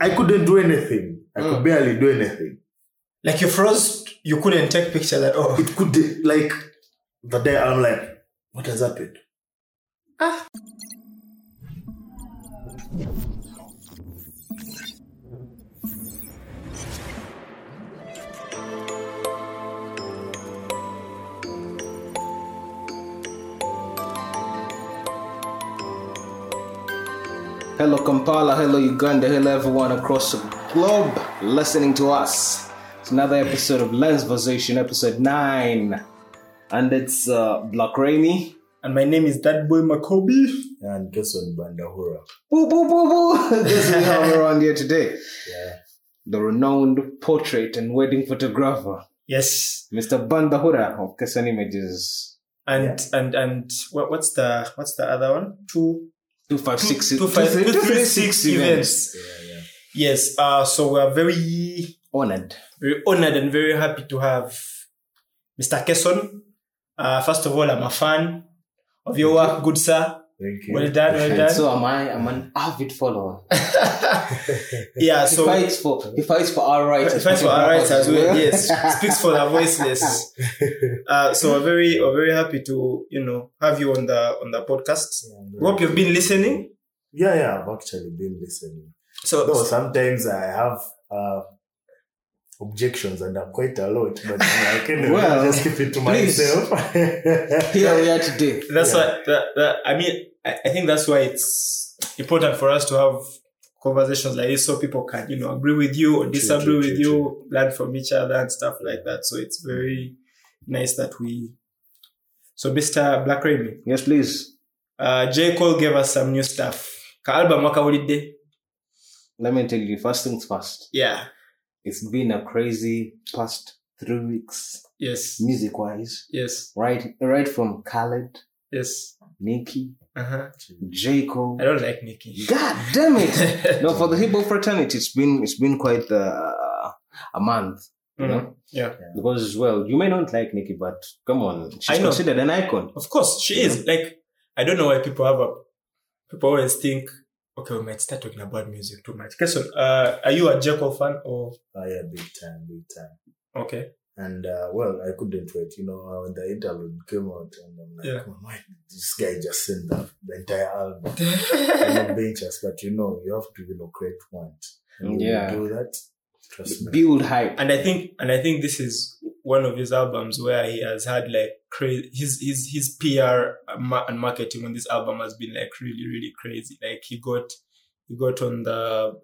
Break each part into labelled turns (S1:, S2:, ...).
S1: I couldn't do anything. I
S2: Mm.
S1: could barely do anything.
S2: Like you froze, you couldn't take pictures at all.
S1: It could like the day I'm like, what has happened?
S3: Hello, Kampala. Hello, Uganda. Hello, everyone across the globe listening to us. It's another episode of Lens Versation, episode 9. And it's uh, Black Rainy.
S2: And my name is that boy Makobi.
S1: And Kesson Bandahura.
S3: Boo, boo, boo, boo. this is how we're on here today.
S1: Yeah.
S3: The renowned portrait and wedding photographer,
S2: Yes.
S3: Mr. Bandahura of Kesan Images.
S2: And and and what, what's the what's the other one? Two two-
S3: 256
S2: two five- two three six events.
S1: Yeah, yeah.
S2: Yes. Uh so we are very
S3: Honored.
S2: very honored and very happy to have Mr. Kesson. Uh first of all, I'm a fan of your work, good sir.
S1: Thank you.
S2: Well done, well
S3: And
S2: done.
S3: so am I. I'm an avid follower.
S2: yeah,
S3: He
S2: so
S3: fights for he fights for our rights.
S2: If that's for our rights as well, yes, speaks for the voiceless. Uh, so we're very, we're very happy to you know have you on the on the podcast.
S1: Yeah, no.
S2: We hope you've been listening.
S1: Yeah, yeah, I've actually been listening.
S2: So
S1: Though sometimes I have uh, objections and I'm quite a lot, but I can
S3: Well,
S1: just keep it to
S3: please.
S1: myself.
S3: Here we are today.
S2: that's
S1: yeah.
S2: why that, that I mean I, I think that's why it's important for us to have conversations like this so people can you know agree with you or disagree
S1: true,
S2: with
S1: true,
S2: you, learn from each other and stuff like that. So it's very nice that we. So Mr. Black Raymond.
S3: Yes, please.
S2: uh, J. Cole gave us some new stuff. Ka album waka holiday.
S3: Let me tell you, first things first.
S2: Yeah.
S3: It's been a crazy past three weeks,
S2: Yes.
S3: music wise.
S2: Yes.
S3: Right, right from Khaled,
S2: Yes.
S3: Nicki,
S2: Uh-huh.
S3: J. Cole.
S2: I don't like Nikki.
S3: God damn it! no, for the hip hop fraternity, it's been it's been quite uh, a month. You
S2: Mm.
S3: know?
S2: Yeah.
S3: Because well, you may not like Nicki, but come on, she's
S2: I know.
S3: considered an icon.
S2: Of course, she is. Like, I don't know why people have a people always think, okay, we might start talking about music too much. Kesson, uh, are you a J. Cole fan or
S1: oh, yeah, big time, big time.
S2: okay.
S1: And uh, well, I couldn't wait. You know, uh, when the interlude came out, and I'm like,
S2: Yeah.
S1: "Oh, why did this guy just sent the, the entire album? I'm not being just, but you know, you have to, you know, create one. And when you
S3: Yeah.
S1: do that. Trust me.
S3: Build hype.
S2: And I think and I think this is one of his albums where he has had like crazy his his his PR and ma- and marketing on this album has been like really really crazy. Like he got he got on the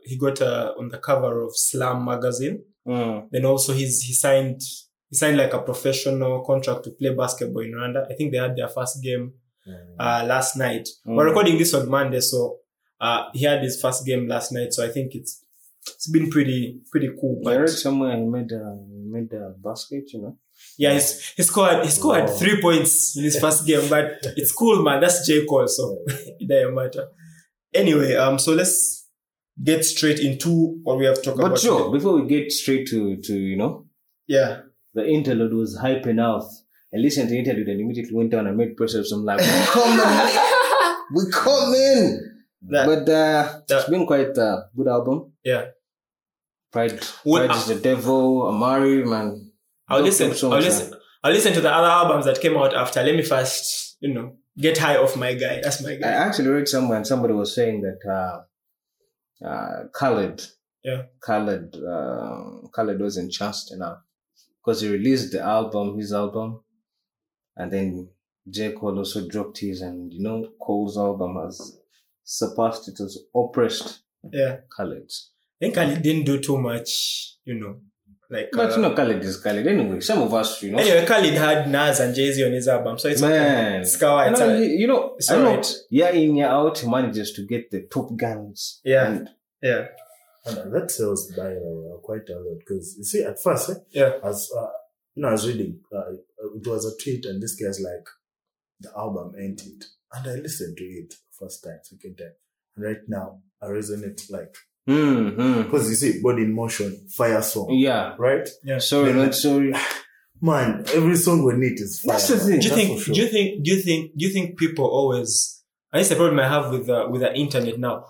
S2: he got uh, on the cover of Slam magazine.
S3: Mm.
S2: Then also he's he signed he signed like a professional contract to play basketball in Rwanda. I think they had their first game
S1: Yeah.
S2: uh, last night.
S3: Mm.
S2: We're recording this on Monday, so uh, he had his first game last night. So I think it's it's been pretty pretty cool.
S3: I read
S2: But
S3: somewhere he made a he made a basket, you know.
S2: yeah, he's, he scored he scored
S1: Wow.
S2: three points in his first game, but it's cool, man. That's J Cole, so it doesn't matter. Anyway, um, so let's get straight into what we have talked
S3: But
S2: about.
S3: sure,
S2: today.
S3: before we get straight to to you know,
S2: yeah,
S3: the interlude was hype enough. I listened to the interlude and immediately went down and made press I'm like, we come in, we come in.
S2: that,
S3: but uh, it's
S2: that-
S3: been quite a good album.
S2: yeah.
S3: Pride,
S2: Well, uh,
S3: Pride is the devil. Amari, man.
S2: I'll
S3: Dope
S2: listen.
S3: songs,
S2: I'll
S3: man.
S2: listen. I'll listen to the other albums that came out after. Let me first, you know, get high off my guy. That's my
S3: I
S2: guy.
S3: actually read somewhere and somebody was saying that uh, uh, Khaled,
S2: Yeah.
S3: Khaled, uh, Khaled wasn't chanced enough because he released the album, his album, and then J Cole also dropped his, and you know Cole's album has surpassed it, has oppressed
S2: Yeah.
S3: Khaled's.
S2: I think Ali didn't do too much, you know. Like,
S3: But
S2: uh,
S3: you know Khaled is Khaled anyway. Some of us, you know,
S2: anyway, Khalid had Nas and Jay Z on his album, so it's
S3: man,
S2: okay. It's kawa,
S3: you
S2: it's
S3: know,
S2: alright.
S3: you, you know,
S2: It's
S3: I know
S2: alright.
S3: year in year out, he manages to get the top guns.
S2: Yeah.
S3: and
S2: yeah,
S1: And that sells by uh, quite a lot because you see, at first, eh,
S2: yeah,
S1: as uh, you know, I was reading, uh, it was a tweet, and this guy's like, the album ain't it. And I listened to it first time, second time. And right now, I resonate like,
S3: Hmm, hmm.
S1: because you see, Body in Motion, Fire Song,
S3: yeah.
S1: right?
S2: yeah.
S3: Sorry,
S1: Then-
S3: not sorry.
S1: Man, every song we need is fire.
S3: That's the thing.
S2: do you
S1: That's
S2: think?
S1: for sure.
S2: Do you think? Do you think? Do you think people always? And it's the problem I have with the with the internet now.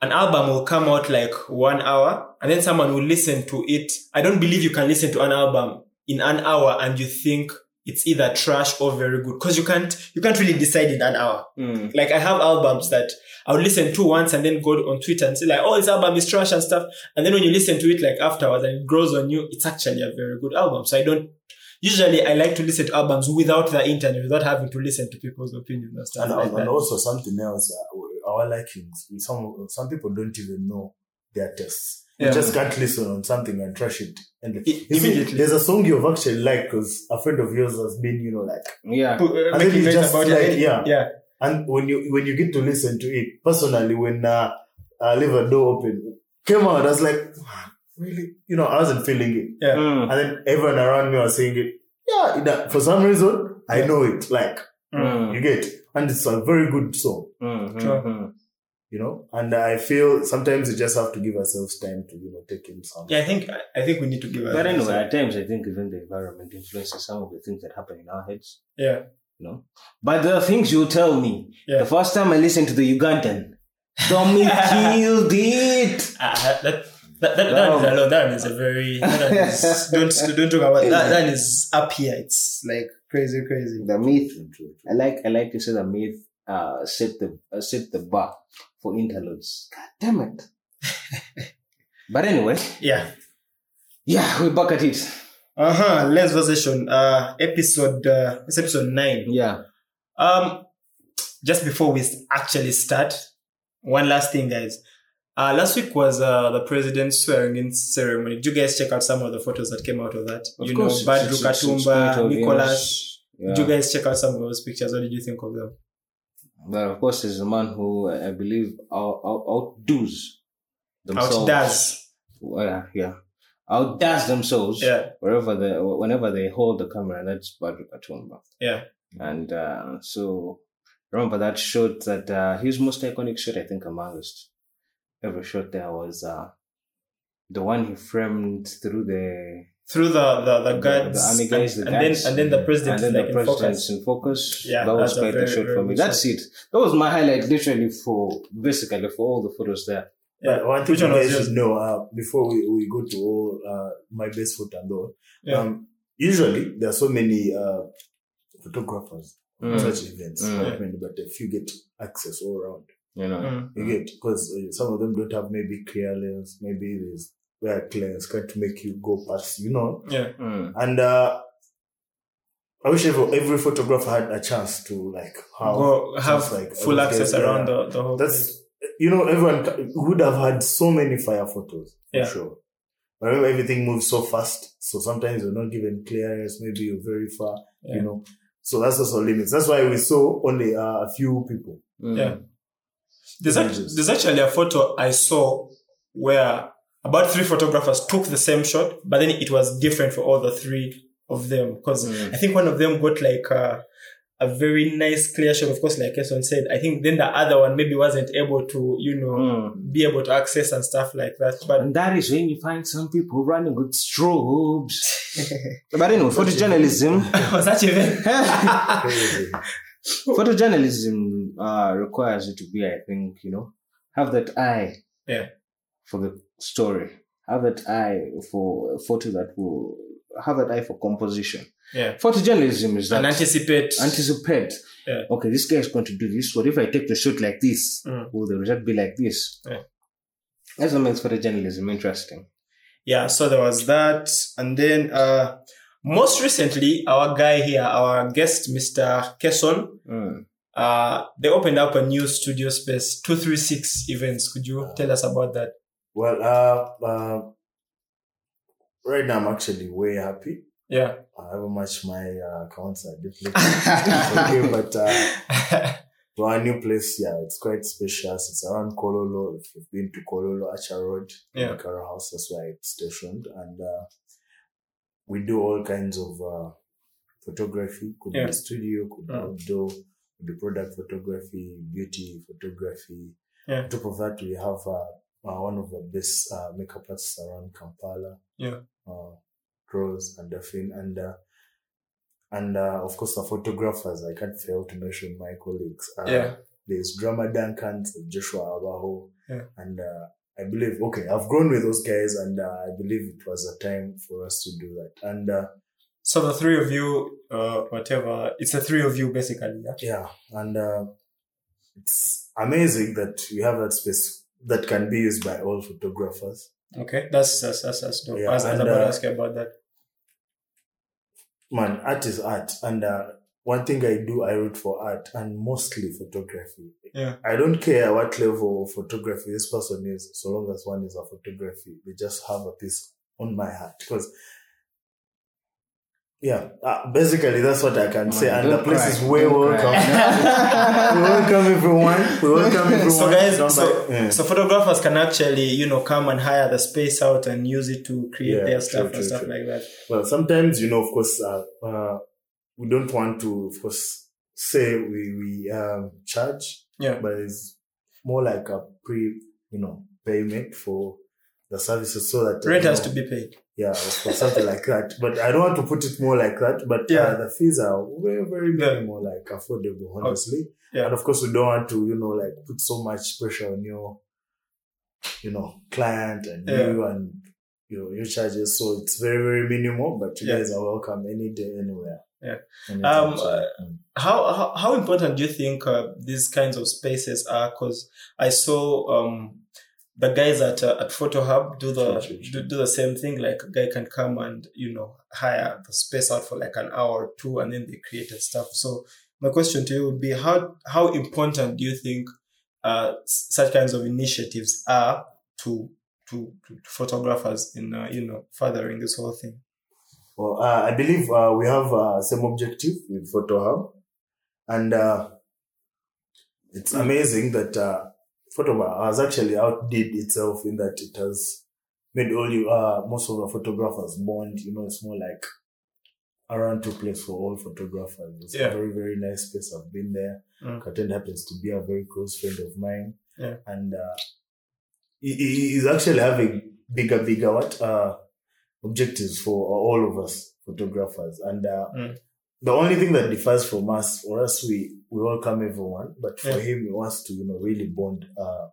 S2: an album will come out like one hour and then someone will listen to it. I don't believe you can listen to an album in an hour and you think it's either trash or very good because you can't you can't really decide in an hour.
S3: Mm.
S2: Like I have albums that I would listen to once and then go on Twitter and say like, oh, this album is trash and stuff. And then when you listen to it like afterwards and it grows on you, it's actually a very good album. So I don't. Usually, I like to listen to albums without the internet, without having to listen to people's opinions and stuff
S1: And,
S2: like
S1: and
S2: that.
S1: also something else, uh, our likings. Some some people don't even know their tastes. You
S2: Yeah.
S1: just can't listen on something and trash it. And
S2: I-
S1: you see,
S2: immediately.
S1: there's a song you've actually liked because a friend of yours has been, you know, like.
S3: Yeah.
S2: Pu- uh,
S1: And then
S2: making
S1: you
S2: noise
S1: just
S2: about it.
S1: like, yeah.
S2: yeah.
S1: And when you when you get to listen to it personally, when uh, I leave a door open, came out, I was like, really, you know, I wasn't feeling it.
S3: Mm.
S1: And then everyone around me was saying it. Yeah, that, for some reason, I know it. Like you
S3: Mm.
S1: get, and it's a very good song.
S3: Mm.
S2: Sure.
S3: Mm.
S1: you know and i feel sometimes we just have to give ourselves time to you know take in some
S2: Yeah, I think I think we need to give.
S3: But anyway, at times I think even the environment influences some of the things that happen in our heads.
S2: yeah,
S3: You know? But there are things you tell me.
S2: Yeah.
S3: The first time I listened to the Ugandan, Dominic killed it.
S2: Ah, ah, that that that, that,
S3: Wow.
S2: is, alone. that one is a very that one is, don't don't talk about that. That is up here. It's like crazy, crazy.
S3: The myth. I like I like to say the myth uh, set the uh, set the bar for interludes. God damn it. but anyway,
S2: Yeah.
S3: yeah, we're back at it.
S2: Uh huh. Last version. Uh, episode. Uh, it's episode nine.
S3: Yeah.
S2: Um, just before we actually start, one last thing, guys. Uh, last week was uh, the president's swearing-in ceremony. Did you guys check out some of the photos that came out of that?
S3: Of
S2: you
S3: course,
S2: know,
S3: it's-
S2: Badru
S3: it's- it's- it's quite
S2: Katumba,
S3: obvious.
S2: Nicholas.
S3: Yeah.
S2: Did you guys check out some of those pictures? What did you think of them?
S3: But of course, there's a man who uh, I believe out, out, outdoes themselves.
S2: Outdoes.
S3: Well, yeah, yeah. Outdoes themselves.
S2: Yeah,
S3: Wherever they, whenever they hold the camera, that's Badru Katumba.
S2: yeah.
S3: And uh, so, remember that shot that uh, his most iconic shot, I think, among us. Every shot there was uh, the one he framed through the
S2: Through the the, the
S3: the,
S2: guards,
S3: the army guys,
S2: and,
S3: the
S2: and
S3: guards,
S2: then and then the president
S3: and then
S2: is like
S3: the
S2: in
S3: president's
S2: focus.
S3: in focus.
S2: Yeah,
S3: that was
S2: that's a
S3: quite the
S2: very,
S3: shot for
S2: very
S3: me.
S2: good
S3: That's it. That was my highlight, literally for basically for all the photos there.
S1: but one thing
S2: Which one
S1: you
S2: was
S1: guys
S2: yours?
S1: should know uh, before we, we go to all uh, my best foot and all
S2: Yeah.
S1: um, usually there are so many uh, photographers
S3: Mm.
S1: at such events
S3: Mm.
S1: not many, but a few get access all around
S3: You know,
S2: Mm.
S1: you get because uh, some of them don't have maybe clear lens maybe there's where clearance can't make you go past you know
S2: Yeah,
S3: Mm.
S1: and uh, I wish every, every photographer had a chance to like have
S2: go have
S1: just like
S2: full
S1: those
S2: access
S1: guys,
S2: around
S1: yeah.
S2: the, the whole. place.
S1: That's you know everyone ca- would have had so many fire photos for
S2: Yeah.
S1: sure. But remember, everything moves so fast, so sometimes you're not given clearance. Maybe you're very far,
S2: Yeah.
S1: you know. So that's also limits. That's why we saw only uh, a few people.
S3: Mm.
S2: Yeah. there's, actually,
S1: images.
S2: there's actually a photo I saw where about three photographers took the same shot, but then it was different for all the three of them because
S3: Mm.
S2: I think one of them got like a, a very nice clear shot. Of course, like Kesson said, I think then the other one maybe wasn't able to, you know,
S3: Mm.
S2: be able to access and stuff like that. But
S3: And that is when you find some people running with strobes. but anyway, photojournalism,
S2: was that even? Ah.
S1: Crazy.
S3: photojournalism uh, requires you to be, I think, you know, have that eye
S2: Yeah.
S3: for the story, have that eye for a photo that will have that eye for composition.
S2: yeah.
S3: Photojournalism is that
S2: And anticipate.
S3: anticipate.
S2: Yeah.
S3: Okay, this guy is going to do this. What if I take the shot like this?
S2: Mm.
S3: Will the result be like this?
S2: Yeah.
S3: That's what makes photojournalism interesting.
S2: yeah so there was that and then uh most recently our guy here our guest mr kesson
S3: Mm.
S2: uh they opened up a new studio space 236 events could you tell us about that
S1: Well, uh, uh, right now I'm actually way happy.
S2: yeah
S1: However much my uh, accounts are depleted, okay, but. Uh, to our new place. Yeah, it's quite spacious. It's around Kololo. If you've been to Kololo, Acha Road,
S2: Yeah.
S1: Kara House, that's where it's stationed. And uh, we do all kinds of uh, photography. Could
S2: Yeah.
S1: be studio, could be
S2: Mm.
S1: outdoor, could be product photography, beauty photography.
S2: Yeah.
S1: On top of that, we have uh, uh, one of the best uh, makeup artists around Kampala.
S2: Yeah.
S1: Uh, Rose and Daphne and uh, and uh, of course the photographers. I can't fail to mention my colleagues. Uh,
S2: Yeah.
S1: There's drummer Duncan, Joshua Abaho,
S2: Yeah.
S1: and uh, I believe okay, I've grown with those guys, and uh, I believe it was a time for us to do that. And uh,
S2: So the three of you, uh, whatever, it's the three of you basically. Yeah?
S1: yeah, and uh, it's amazing that we have that space that can be used by all photographers.
S2: Okay, that's that's that's, that's dope.
S1: Yeah,
S2: I was, I was
S1: and,
S2: about to
S1: uh,
S2: ask you about that.
S1: Man, art is art, and uh, one thing I do, I root for art and mostly photography.
S2: Yeah.
S1: I don't care what level of photography this person is, so long as one is a photography, they just have a piece on my heart. Because, yeah, uh, basically that's what I can say. And the place is way welcome. we welcome everyone. We welcome everyone.
S2: So guys,
S1: Don't
S2: so,
S1: buy- Yeah.
S2: so photographers can actually you know come and hire the space out and use it to create
S1: Yeah,
S2: their
S1: true,
S2: stuff
S1: true,
S2: and stuff
S1: true.
S2: like that.
S1: well, sometimes you know, of course, uh, uh, we don't want to, of course, say we we um, charge.
S2: Yeah.
S1: but it's more like a pre, you know, payment for the services so that
S2: Rent
S1: you
S2: has
S1: know,
S2: to be paid.
S1: yeah, or for something like that. But I don't want to put it more like that. But
S2: Yeah.
S1: uh, the fees are very, very
S2: Yeah. Oh,
S1: minimal, like affordable, honestly.
S2: yeah.
S1: And of course, we don't want to, you know, like put so much pressure on your, you know, client and
S2: Yeah.
S1: you and you know your charges. So it's very, very minimal. But you
S2: Yeah.
S1: guys are welcome any day, anywhere.
S2: Yeah.
S1: Anytime,
S2: Um,
S1: so, mm.
S2: uh, how how, how important do you think uh, these kinds of spaces are? Because I saw um, the guys at uh, at Photo Hub do the
S1: Sure, sure, sure.
S2: do, do the same thing. Like a guy can come and you know hire the space out for like an hour or two, and then they created stuff. So my question to you would be how how important do you think uh, s- such kinds of initiatives are to to, to photographers in uh, you know furthering this whole thing?
S1: Well, uh, I believe uh, we have uh, same objective with Photo Hub, and uh, it's
S2: Hmm.
S1: amazing that uh, Photo Hub has actually outdid itself in that it has made all you uh, most of the photographers bond. You know, it's more like around two place for all photographers. It's
S2: Yeah.
S1: a very very nice place. I've been there.
S2: Mm.
S1: Katen happens to be a very close friend of mine,
S2: Yeah.
S1: and uh, he, he- he's actually having bigger bigger what. Uh, objectives for all of us photographers and uh,
S2: Mm.
S1: the only thing that differs from us for us we we welcome everyone but for
S2: Yeah.
S1: him he wants to you know really bond uh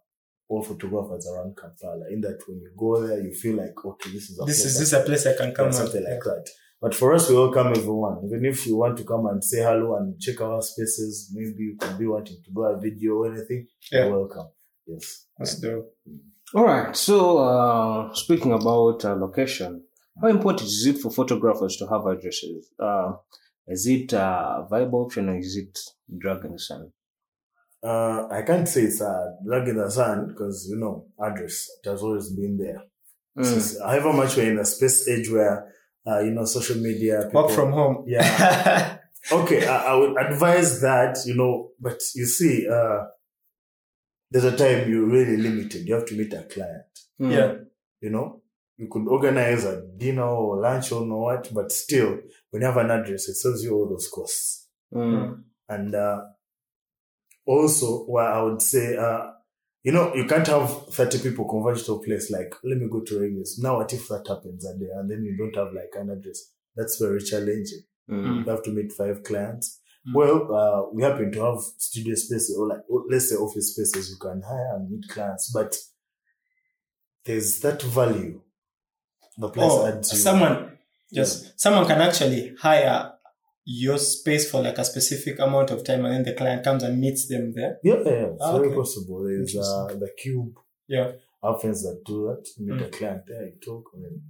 S1: all photographers around kampala in that when you go there you feel like okay this is a
S2: This
S1: place
S2: is
S1: I
S2: this a place I can come
S1: or
S2: and-
S1: something like that. But for us, we welcome everyone. Even if you want to come and say hello and check our spaces, maybe you could be wanting to do a video or anything,
S2: Yeah.
S1: you're welcome. Yes.
S2: That's dope.
S3: All right. So, uh, speaking about uh, location, how important is it for photographers to have addresses? Uh, is it uh, a viable option or is it drag in the sun?
S1: Uh, I can't say it's a drag in the sand because you know address it has always been there.
S3: Mm.
S1: Since however much we're in a space age where uh, you know social media,
S2: Work
S1: people-
S2: from home.
S1: yeah. Okay, I, I would advise that you know, but you see, uh, there's a time you're really limited. You have to meet a client.
S3: Mm.
S2: yeah.
S1: You know, you could organize a dinner or lunch or no what, but still, when you have an address, it saves you all those costs.
S3: Mm.
S1: and uh, also where I would say, uh, you know, you can't have thirty people converge to a place like let me go to Regis. Now, what if that happens and, and then you don't have like an address? That's very challenging.
S3: Mm.
S1: You have to meet five clients.
S2: Mm.
S1: Well, uh, we happen to have studio spaces or like or let's say office spaces you can hire and meet clients, but there's that value. The place
S2: Or
S1: adds you.
S2: Oh, someone just someone can actually hire your space for like a specific amount of time and then the client comes and meets them there.
S1: Yeah, yeah, yeah. it's
S2: Ah,
S1: very
S2: okay.
S1: possible. There's uh, the cube.
S2: Yeah.
S1: Our friends that do that, meet
S2: Mm.
S1: the client there, you talk. I mean,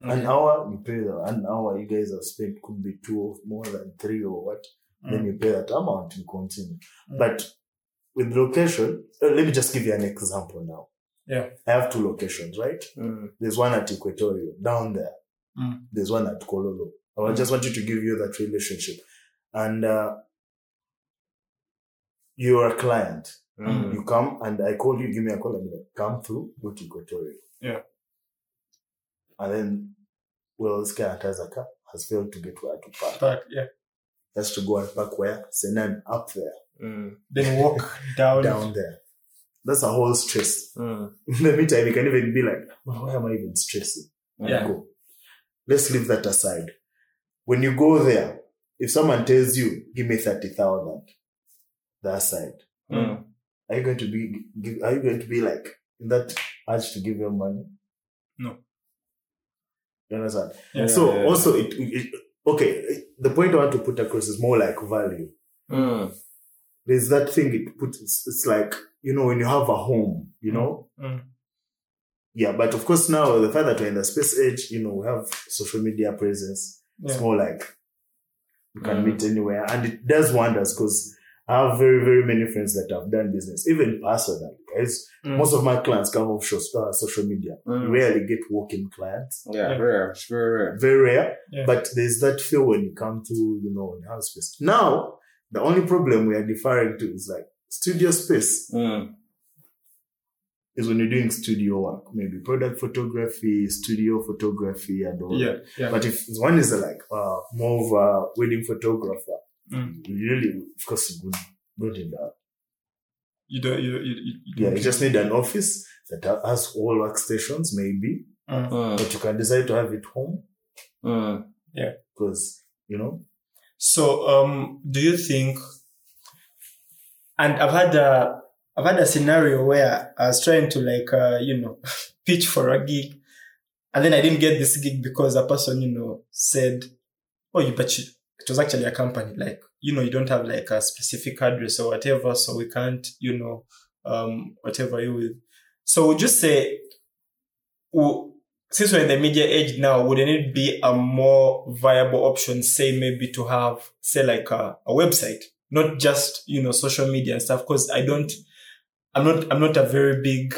S1: An hour, you pay the, an hour you guys have spent could be two or more than three or what. Then you pay that amount, you continue.
S2: Mm.
S1: But with location, uh, let me just give you an example now.
S2: Yeah.
S1: I have two locations, right?
S3: Mm.
S1: There's one at Equatorial down there.
S2: Mm.
S1: There's one at Kololo. I
S2: Mm.
S1: just wanted to give you that relationship. And uh, you're a client.
S3: Mm.
S1: You come and I call you, give me a call, and be like, come through, go to Equatorial.
S2: Yeah.
S1: And then, well, this guy at Azaka has failed to get where to park.
S2: But yeah.
S1: Has to go and park where? Senan, up there,
S3: Mm.
S2: Then walk down.
S1: down there. That's a whole stress.
S3: Mm.
S1: In the meantime, you can even be like, well, why am I even stressing? And
S2: Yeah.
S1: Go. Let's leave that aside. When you go there, if someone tells you, give me 30,000, that side,
S2: Mm.
S1: Are you going to be give, are you going to be like in that urge to give them money?
S2: No.
S1: You understand?
S2: Yeah.
S1: so
S3: Yeah.
S1: also it, it okay, the point I want to put across is more like value.
S3: Mm.
S1: There's that thing it puts it's, it's like, you know, when you have a home, you know?
S2: Mm.
S1: Yeah, but of course now the fact that we're in the space age, you know, we have social media presence. It's
S2: Yeah.
S1: more like you can
S3: Mm.
S1: meet anywhere. And it does wonders because I have very, very many friends that have done business, even personally. Guys.
S2: Mm.
S1: Most of my clients come off shows, uh, social media.
S3: Mm.
S1: Rarely get walking clients.
S3: Yeah,
S2: Yeah.
S3: rare. It's very rare.
S1: Very rare.
S2: Yeah.
S1: But there's that feel when you come to, you know, when you have space. Now, the only problem we are deferring to is like studio space
S3: Mm.
S1: is when you're doing studio work, maybe product photography, studio photography, and all
S2: yeah, yeah.
S1: But if one is a, like uh, more of a wedding photographer,
S2: Mm.
S1: you really, of course, good, good in that.
S2: you don't, you, you, you, you
S1: Yeah, you just need an office that ha- has all workstations, maybe,
S2: Mm.
S3: Mm.
S1: but you can decide to have it home
S3: Mm.
S1: because you know.
S2: So, um, do you think? And I've had a, I've had a scenario where I was trying to like, uh, you know, pitch for a gig, and then I didn't get this gig because a person, you know, said, "Oh, you but you, it was actually a company. Like, you know, you don't have like a specific address or whatever, so we can't, you know, um, whatever you with." So would you say, w- since we're in the media age now, wouldn't it be a more viable option, say maybe to have, say like a, a website, not just, you know, social media and stuff? Cause I don't, I'm not, I'm not a very big,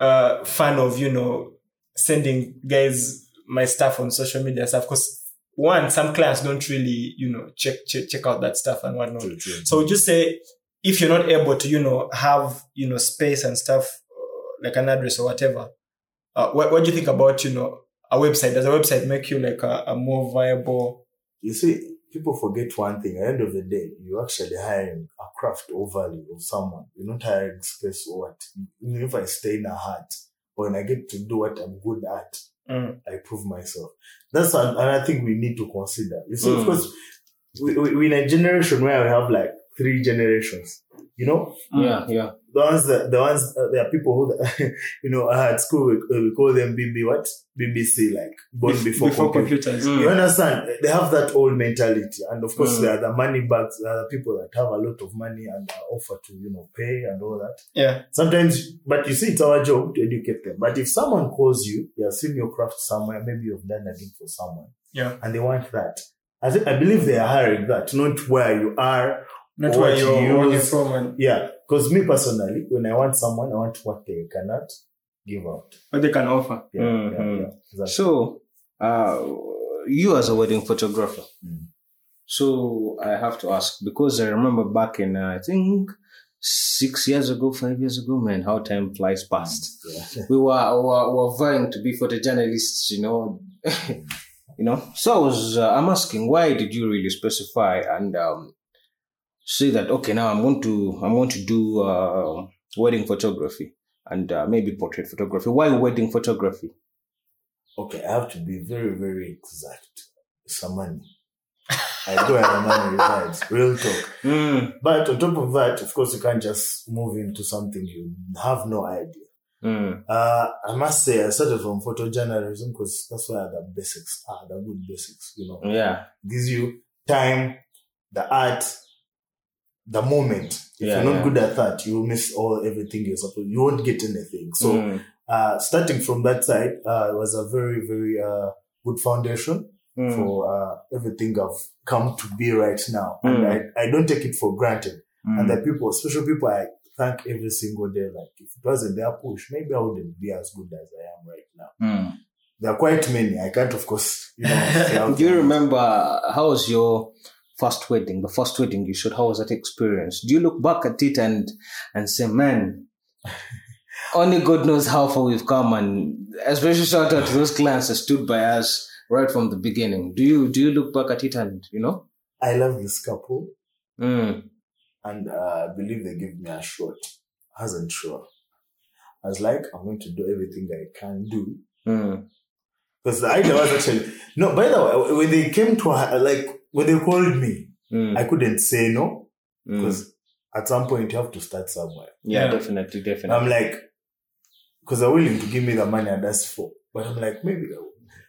S2: uh, fan of, you know, sending guys my stuff on social media and stuff. Cause one, some clients don't really, you know, check, check, check out that stuff and whatnot. So would you say if you're not able to, you know, have you know space and stuff uh, like an address or whatever, uh, what what do you think about you know a website? Does a website make you like a, a more viable?
S1: You see, people forget one thing. At the end of the day, you're actually hiring a craft or value of someone. You're not hiring space or what. Even if I stay in a hut, when I get to do what I'm good at,
S2: Mm.
S1: I prove myself. That's an- another thing we need to consider. You see,
S3: Mm.
S1: of course, we, we, we're in a generation where we have like three generations. You know,
S3: Yeah, yeah.
S1: the ones that, the ones, uh, there are people who, that, you know, at school, we, uh, we call them BB what? BBC, like born
S2: Bef-
S1: before, computer.
S2: computers.
S3: Mm.
S1: You understand? They have that old mentality. And of course,
S3: Mm.
S1: there are the money bags, there are the people that have a lot of money and are offered to, you know, pay and all that.
S2: Yeah.
S1: Sometimes, but you see, it's our job to educate them. But if someone calls you, you have seen your craft somewhere, maybe you've done a thing for someone,
S2: Yeah.
S1: and they want that. I think I believe they are hiring that, not where you are.
S2: Not
S1: Or
S2: where
S1: what
S2: you're
S1: you
S2: working
S1: use.
S2: from and
S1: Yeah, because me personally, when I want someone, I want what they cannot give out.
S2: what they can offer.
S1: Yeah, yeah,
S3: Mhm.
S1: yeah. Exactly.
S3: So, uh, you as a wedding photographer.
S1: Mm.
S3: So I have to ask because I remember back in uh, I think six years ago, five years ago, man, how time flies past.
S1: Yeah.
S3: we were, we were we were vying to be photojournalists, you know. you know. So I was uh, I'm asking why did you really specify and um, say that okay now I'm going to I'm going to do uh, wedding photography and uh, maybe portrait photography. Why wedding photography?
S1: Okay, I have to be very, very exact. Some money. I go where the money resides. Real talk.
S3: Mm.
S1: But on top of that, of course, you can't just move into something you have no idea.
S3: Mm.
S1: Uh, I must say, I started from photojournalism because that's where the basics are, the good basics, you know.
S3: Yeah.
S1: Gives you time, the art, the moment. If
S3: Yeah,
S1: you're not
S3: yeah.
S1: good at that, you'll miss all everything you're supposed You won't get anything. So,
S3: Mm.
S1: uh, starting from that side, uh, it was a very, very, uh, good foundation
S3: Mm.
S1: for, uh, everything I've come to be right now. And
S3: Mm.
S1: I, I don't take it for granted
S3: Mm.
S1: and the people, special people, I thank every single day. Like if it wasn't their push, maybe I wouldn't be as good as I am right now.
S3: Mm.
S1: There are quite many. I can't, of course, you know. say out
S3: Do you
S1: loud.
S3: remember uh, how was your first wedding? The first wedding you shot. How was that experience? Do you look back at it and and say, man, only God knows how far we've come, and especially shout out to those clients that stood by us right from the beginning. Do you do you look back at it and you know?
S1: I love this couple,
S3: Mm,
S1: and uh, I believe they gave me a shot. I wasn't sure. I was like, I'm going to do everything I can do.
S3: mm,
S1: Because the idea was actually no. By the way, when they came to like when they called me,
S3: mm,
S1: I couldn't say no
S3: mm,
S1: because at some point you have to start somewhere.
S3: Yeah,
S2: Yeah.
S3: definitely,
S1: And
S3: definitely.
S1: I'm like, because they're willing to give me the money I'd asked for. But I'm like, maybe they will.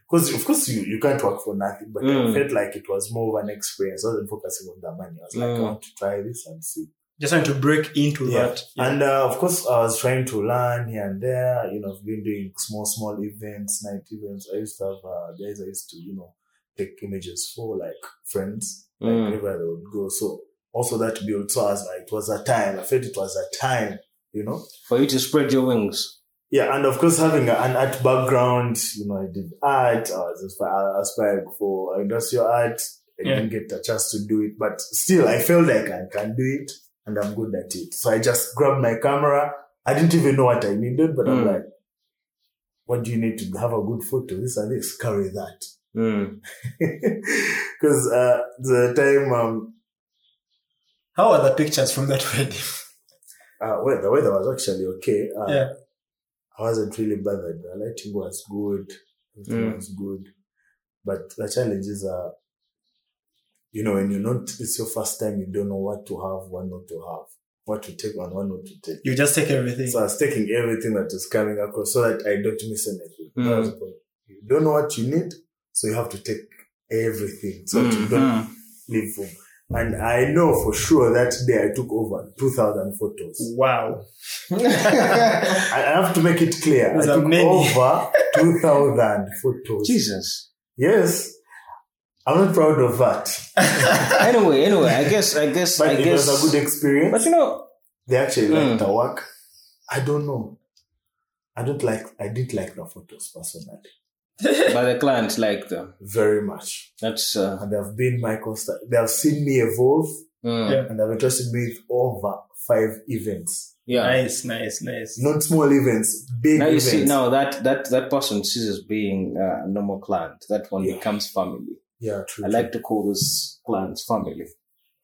S1: Because of course you, you can't work for nothing, but I
S3: Mm.
S1: felt like it was more of an experience. I wasn't focusing on the money. I was like, I
S3: Mm.
S1: want to try this and see.
S2: Just trying to break into
S1: Yeah.
S2: that. Yeah.
S1: And uh, of course, I was trying to learn here and there. You know, I've been doing small, small events, night events. I used to have uh, guys I used to, you know, take images for, like friends, Um, like
S3: Mm.
S1: wherever they would go. So also that built. So I was like, it was a time. I felt it was a time, you know.
S3: For you to spread your wings.
S1: Yeah, and of course, having a- an art background, you know, I did art. I was aspired, aspired for industrial art. I
S2: Yeah.
S1: didn't get a chance to do it, but still, I felt like I can do it, and I'm good at it. So I just grabbed my camera. I didn't even know what I needed, but I'm
S3: Mm.
S1: like, "What do you need to have a good photo? This and this. Carry that."
S3: Mm.
S1: Because uh, the time, um,
S2: How are the pictures from that wedding?
S1: uh, well, the weather was actually okay. Uh,
S2: Yeah.
S1: I wasn't really bothered. The lighting was good. Everything
S3: Mm.
S1: was good. But the challenges are, you know, when you're not, it's your first time, you don't know what to have, what not to have, what to take and what not to take.
S2: You just take everything.
S1: So I was taking everything that is coming across so that I don't miss anything.
S3: Mm.
S1: That was the point. You don't know what you need, so you have to take everything so that you don't
S3: Mhm.
S1: leave home. And I know for sure that day I took over 2,000 photos.
S2: wow.
S1: I I have to make it clear.
S2: Those
S1: I
S2: are
S1: took
S2: many.
S1: over 2,000 photos.
S3: Jesus.
S1: Yes. I'm not proud of that.
S3: Anyway, anyway, I guess, I guess,
S1: But
S3: I
S1: it
S3: guess.
S1: was a good experience.
S3: But you know,
S1: they actually liked
S3: Mm.
S1: the work. I don't know. I don't like, I didn't like the photos personally
S3: but the clients like them.
S1: very much.
S3: That's uh,
S1: And they've been my constant. They have seen me evolve
S3: mm,
S2: Yeah.
S1: and they've entrusted me with over five events.
S3: yeah.
S2: Nice, nice, nice.
S1: Not small events, big
S3: Now you
S1: events.
S3: see, now that that that person sees as being uh, a normal client. That one
S1: Yeah.
S3: becomes family.
S1: Yeah, true.
S3: I
S1: true.
S3: like to call those clients family.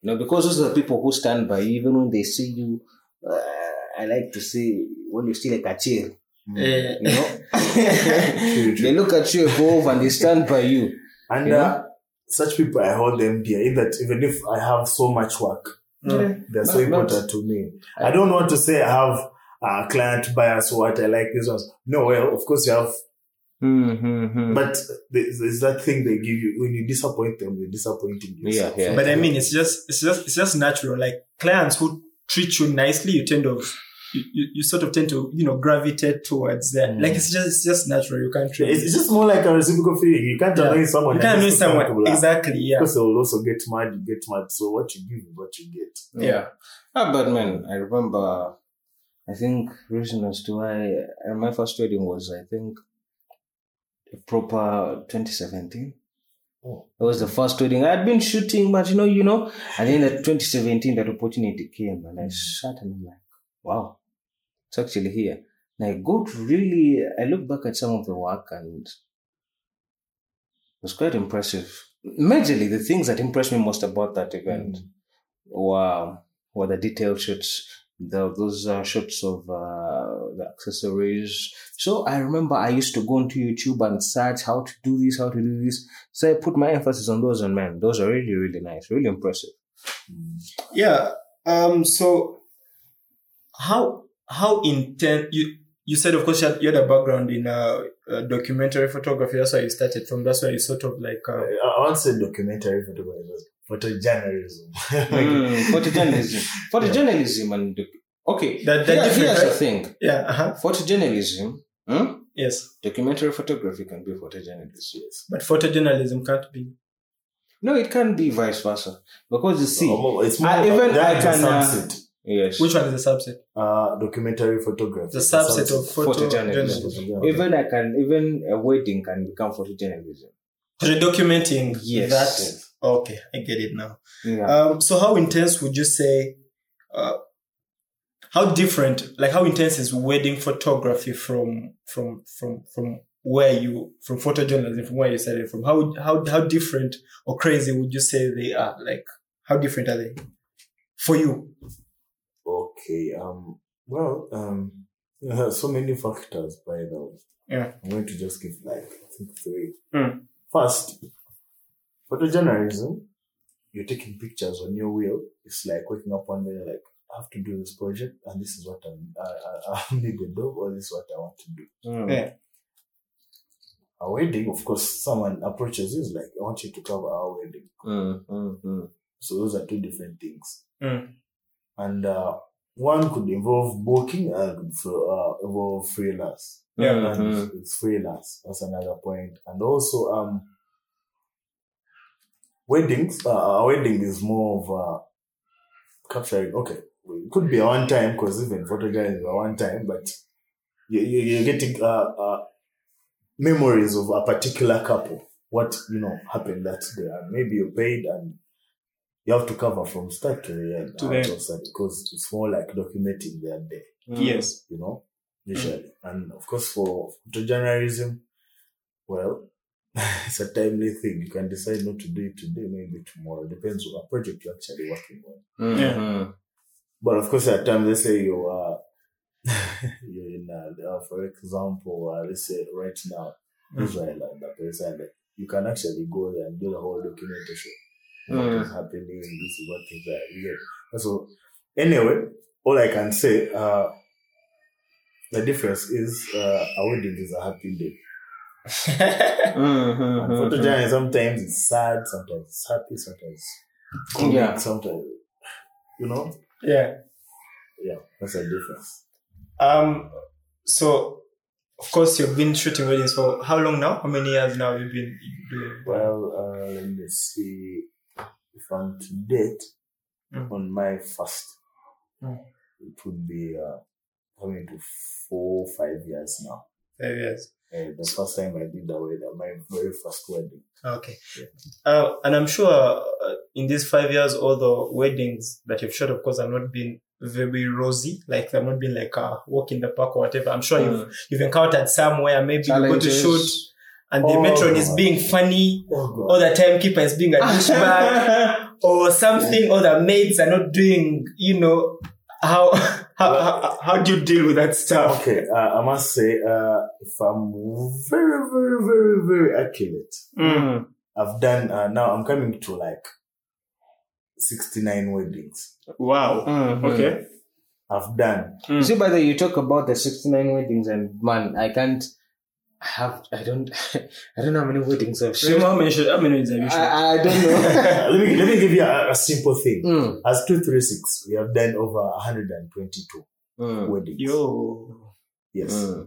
S3: You know, because those are the people who stand by you, even when they see you. Uh, I like to say when you see like a chill,
S1: Mm.
S2: Eh,
S3: you know.
S1: True, true.
S3: they look at you evolve and they stand by you.
S1: And
S3: You know?
S1: uh, such people, I hold them dear. In that, even if I have so much work,
S2: Yeah.
S1: they're so
S3: Not- not-
S1: important to me. I don't want to say I have a client bias or what I like these ones. No, well, of course you have,
S3: Mm-hmm.
S1: but there's there's that thing they give you when you disappoint them, you're disappointing yourself.
S3: Yeah, yeah.
S2: But I mean, it's just, it's just, it's just natural. Like clients who treat you nicely, you tend to, you, you, you sort of tend to, you know, gravitate towards that.
S1: Mm.
S2: Like it's just, it's just natural. You can't treat.
S1: It's it's just more like a reciprocal feeling. You can't
S2: Yeah.
S1: annoy someone.
S2: you can't
S1: and
S2: know
S1: just become
S2: someone
S1: popular.
S2: exactly. Yeah.
S1: Because they will also get mad, you get mad. So what you give is what you get.
S3: Yeah. Ah, but man, I remember, I think reason as to why uh, my first wedding was, I think, a proper 2017.
S1: Oh.
S3: That was the first wedding. I had been shooting, but you know, you know, and then at 2017, that opportunity came and I shot and I'm like, wow, it's actually here. And I go to really, I look back at some of the work and it was quite impressive. Majorly, the things that impressed me most about that event Wow. Were the detail shots, the, those uh, shots of uh, the accessories. So I remember I used to go onto YouTube and search how to do this, how to do this. So I put my emphasis on those and man, those are really, really nice, really impressive.
S2: Yeah. Um. So, how how intense you you said? Of course, you had, you had a background in uh, uh, documentary photography. That's why you started from. That's why you sort of like.
S1: I,
S2: Uh,
S1: I won't say documentary photography, but photojournalism.
S3: Mm, photojournalism. Photojournalism and doc- okay.
S2: That- that
S3: Here-
S2: different,
S3: here's the
S2: right?
S3: thing.
S2: yeah. Uh-huh.
S3: Photojournalism, hmm?
S2: Yes.
S3: documentary photography can be photojournalism.
S2: But photojournalism can't be.
S3: No, it can be vice versa. Because you see,
S1: Almo- oh, it's more
S3: I-
S1: like
S3: even
S1: that
S3: I
S1: is a
S3: can, uh,
S1: subset.
S3: yes.
S2: Oh. Which one is the subset?
S1: uh, documentary photography.
S2: The subset of
S3: Photojournalism.
S2: photojournalism.
S3: Even I can, even a wedding can become photojournalism.
S2: You're documenting
S3: Yes.
S2: that. Okay, I get it now.
S3: Yeah.
S2: Um, so how intense would you say? Uh, how different? Like how intense is wedding photography from from from from where you from photojournalism from where you started from? How how how different or crazy would you say they are? Like how different are they for you?
S1: Okay. Um. Well. Um. uh, so many factors, by the way.
S2: Yeah.
S1: I'm going to just give like I think three.
S2: Mm.
S1: First, photojournalism. You're taking pictures on your wheel. It's like waking up one day you're like, I have to do this project, and this is what I'm, I, I, I'm needed of, or this is what I want to do.
S3: Mm.
S2: Yeah.
S1: A wedding, of course, someone approaches you is like, I want you to cover our wedding.
S3: Mm, mm, mm.
S1: So those are two different things.
S2: Mm.
S1: And uh, one could involve booking and uh, involve freelance.
S2: Yeah.
S1: And
S3: Mm,
S1: it's- it's freelance. That's another point. And also, um, weddings. Uh, a wedding is more of uh, capturing. Okay, it could be a one time because even photography is a one time, but you, you you're getting uh, uh, memories of a particular couple. What you know happened that day, and maybe you paid and. You have to cover from start to the end,
S2: To
S1: out
S2: the end.
S1: of sight, because it's more like documenting their day
S3: mm.
S2: Yes.
S1: you know, usually. And of course, for photojournalism, well, it's a timely thing. You can decide not to do it today, maybe tomorrow. Depends on what project you're actually working on.
S3: Mm,
S2: Yeah.
S3: mm.
S1: But of course, at times, let's say you are, you're in, uh, uh, for example, uh, let's say right now,
S2: Mm.
S1: Israel and the Palestine, like, you can actually go there and do the whole documentation. What is
S3: Mm.
S1: happening? This is what is that. You get- So, anyway, all I can say, uh, the difference is uh, a wedding is a happy day.
S3: Mm, mm,
S1: And
S3: mm, mm.
S1: photojournalism sometimes it's sad, sometimes it's happy, sometimes it's comic,
S3: Yeah.
S1: sometimes you know.
S2: yeah.
S1: Yeah, that's a difference.
S2: Um. So, of course, you've been shooting weddings for how long now? How many years now you've been doing?
S1: Well, uh, let me see if I'm to date
S2: Mm.
S1: on my first. Hmm.
S2: Mm.
S1: It would be uh, coming to four, five years now.
S2: Five years.
S1: Uh, the first time I did a wedding, my very first wedding.
S2: Okay. Uh, and I'm sure uh, in these five years, all the weddings that you've shot, of course, have not been very rosy. Like they've not been like a walk in the park or whatever. I'm sure you've you've encountered somewhere maybe
S3: Hmm. Challenges.
S2: you go to shoot and the
S1: Oh.
S2: matron is being funny
S1: Oh God!
S2: or the timekeeper is being a douchebag or something or the maids are not doing you know how how, how, how do you deal with that stuff
S1: Okay, uh, I must say, uh, if I'm very, very, very, very accurate,
S2: Mm.
S3: Mm.
S1: I've done uh, now. I'm coming to like sixty-nine weddings.
S2: wow
S3: Mm, mm.
S2: okay
S1: I've done.
S3: You See, by the way, you talk about the 69 weddings, and man, I can't I have, I don't, I don't know how many weddings I've shot.
S2: how many how many have you
S3: I, I don't know.
S1: Uh, let me let me give you a, a simple thing.
S3: mm,
S1: As two three six, we have done over 122
S3: mm,
S1: weddings.
S2: Oh, yo Oh.
S1: Yes,
S3: mm,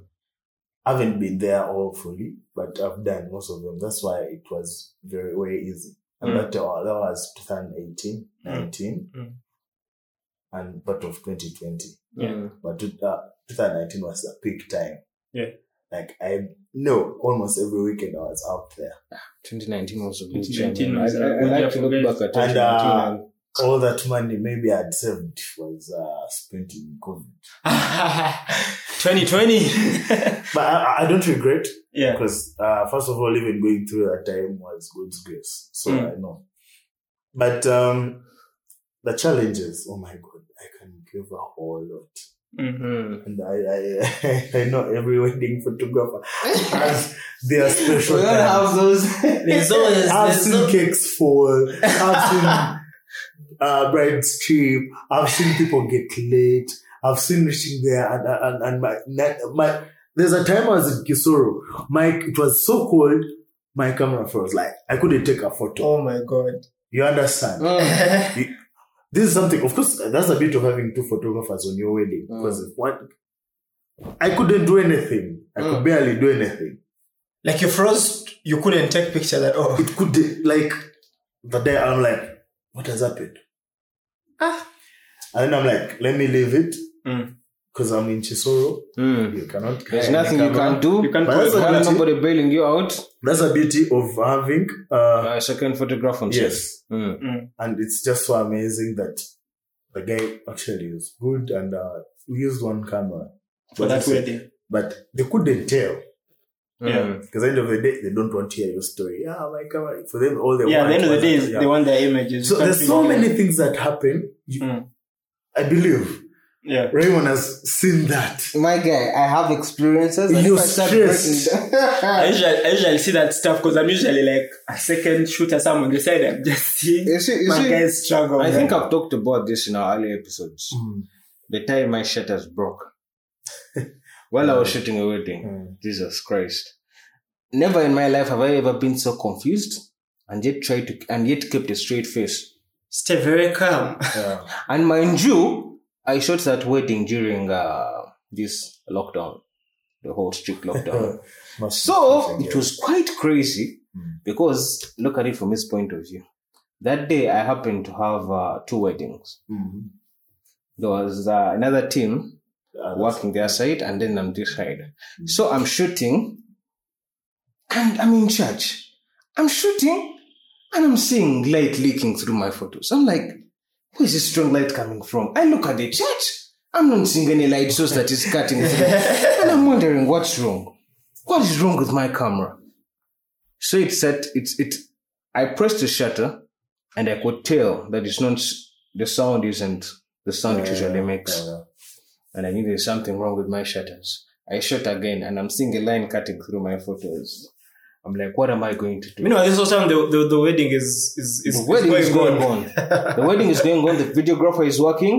S1: I haven't been there all fully, but I've done most of them. That's why it was very very easy. And
S2: Mm.
S1: that, uh, that was 2018, 19,
S2: Mm.
S1: and part of 2020.
S2: Yeah.
S1: But two- uh, 2019 was a peak time.
S2: Yeah.
S1: Like I know almost every weekend I was out there.
S3: 2019 was a good
S2: 2019
S3: year, man.
S2: was a
S3: I, I,
S2: good
S3: I
S2: year
S3: like to
S2: for
S3: look
S2: guys.
S3: back at 2019.
S1: And, uh, all that money maybe I'd saved was uh, spent in COVID.
S2: 2020
S1: But I, I don't regret
S2: yeah
S1: because, uh, first of all, even going through that time was God's grace. So
S3: Hmm.
S2: Mm.
S1: I know. But um, the challenges, oh my God, I can give a whole lot.
S2: Mm.
S3: Mm.
S1: And I, I, I know every wedding photographer has their special.
S3: we don't
S1: times.
S3: have those.
S2: there's always
S1: I've
S2: there's
S1: seen
S2: no,
S1: cakes fall. I've seen uh, brides cheap. I've seen people get late. I've seen reaching there and and, and my, na- my there's a time I was in Kisoro. My it was so cold. My camera froze. Like I couldn't take a photo.
S2: oh my god
S1: You understand?
S3: Mm.
S1: This is something. Of course, that's a bit of having two photographers on your wedding
S2: Mm.
S1: because if one, I couldn't do anything. I could
S3: Mm.
S1: barely do anything.
S2: like you froze you couldn't take pictures at all
S1: it could like the day I'm like, what has happened? Ah. And then I'm like, let me leave it
S2: Mm.
S1: because I'm in Chisoro.
S3: Mm.
S1: You cannot.
S3: There's
S1: hide
S3: nothing
S1: the
S3: you
S1: camera.
S3: can do.
S2: You can't
S1: But that's
S3: You
S1: the
S3: have
S1: beauty.
S3: nobody bailing you out.
S1: That's the beauty of having. Uh,
S3: Uh, second photograph on set.
S1: yes,
S3: Mm.
S1: and it's just so amazing that the guy actually is good, and uh, we used one camera
S2: for that wedding
S1: but they couldn't tell
S2: Yeah.
S3: Mm.
S1: because at the end of the day they don't want to hear your story. Yeah, my camera. For them, all they
S2: yeah at
S1: want
S2: the end of the
S1: was-
S2: day is
S1: yeah.
S2: they want their images
S1: So
S2: You can't
S1: there's so
S2: really-
S1: Mm. many things that happen. You,
S2: Mm.
S1: I believe
S2: Yeah.
S1: Raymond has seen that.
S3: My guy, I have experiences.
S1: You're
S3: I start
S1: stressed.
S3: breaking
S2: I
S3: down-
S2: usually, I usually see that stuff because I'm usually like a second shooter somewhere on the side. I'm just seeing
S3: You see- you
S2: my
S3: see,
S2: guys struggle.
S3: I think
S2: man.
S3: I've talked about this in our early episodes.
S1: Mm.
S3: The time my shutters broke while I was shooting a wedding.
S1: Hmm.
S3: Jesus Christ. Never in my life have I ever been so confused and yet tried to and yet kept a straight face.
S2: stay very calm.
S1: Yeah.
S3: And mind you, I shot that wedding during uh, this lockdown, the whole strict lockdown.
S1: Must be
S3: so
S1: something else.
S3: it was quite crazy
S1: Mm.
S3: because look at it from his point of view. That day I happened to have uh, two weddings.
S1: Mm.
S3: There was uh, another team
S1: Yeah,
S3: uh, working their side and then I'm this side. So I'm shooting and I'm in church. I'm shooting and I'm seeing light leaking through my photos. I'm like, where's this strong light coming from? I look at the church. I'm not seeing any light source that is cutting through. and I'm wondering what's wrong. What is wrong with my camera? So it said, it's, it, I pressed the shutter and I could tell that it's not, the sound isn't the sound it usually makes
S1: yeah, yeah.
S3: and I knew there's something wrong with my shutters. I shot again and I'm seeing a line cutting through my photos. I'm like, what am I going to do?
S2: Meanwhile, this whole time the, the, the wedding is is is,
S3: the wedding
S2: is
S3: is going on. the wedding is going on. The videographer is working.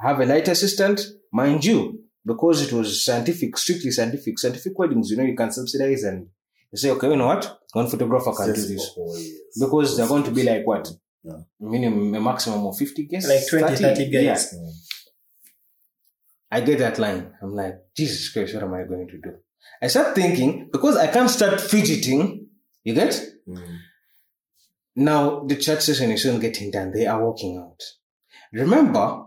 S3: I have a light assistant. Mind you, because it was scientific, strictly scientific, scientific weddings, you know, you can subsidize and you say, okay, you know what? One photographer can
S1: Just
S3: do this.
S1: for years.
S3: Because they're going to be like what?
S1: Yeah.
S3: Minimum, a maximum of 50 guests?
S2: Like 20, 30 guys.
S3: Yeah.
S1: Mm.
S3: I get that line. I'm like, Jesus Christ, what am I going to do? I start thinking because I can't start fidgeting. You get?
S1: Mm.
S3: Now the church session is soon getting done. They are walking out. Remember,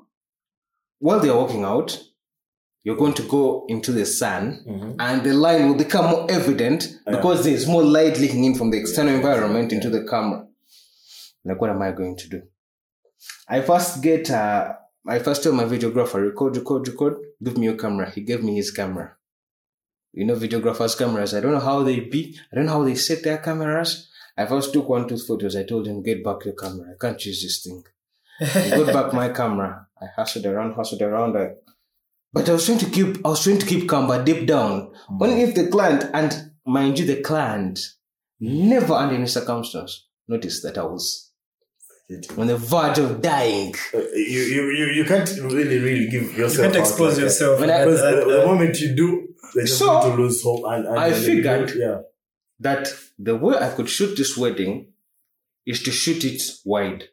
S3: while they are walking out, you're going to go into the sun,
S1: Mhm.
S3: and the line will become more evident
S1: Yeah.
S3: because there's more light leaking in from the external
S1: Yeah.
S3: environment into
S1: Yeah.
S3: the camera. Like, what am I going to do? I first get, uh, I first tell my videographer, record, record, record, give me your camera. He gave me his camera. You know, videographers' cameras, I don't know how they be, I don't know how they set their cameras. I first took one, two photos. I told him, get back your camera. I can't use this thing. I got back my camera. I hustled around, hustled around. I, but I was trying to keep, I was trying to keep calm, but deep down, only if the client, and mind you, the client never under any circumstance noticed that I was
S1: It-
S3: on the verge of dying.
S1: uh, you, you, you, you can't really, really give
S2: You
S1: yourself. Uh,
S2: can't
S1: out
S2: expose
S1: like that.
S2: yourself.
S3: When I-
S2: That-
S1: Because
S2: that-
S1: the, the
S2: that-
S1: moment you do, they just
S3: So,
S1: going to lose hope. And, and
S3: I
S1: and they do
S3: figured-
S1: it, yeah,
S3: That the way I could shoot this wedding is to shoot it wide.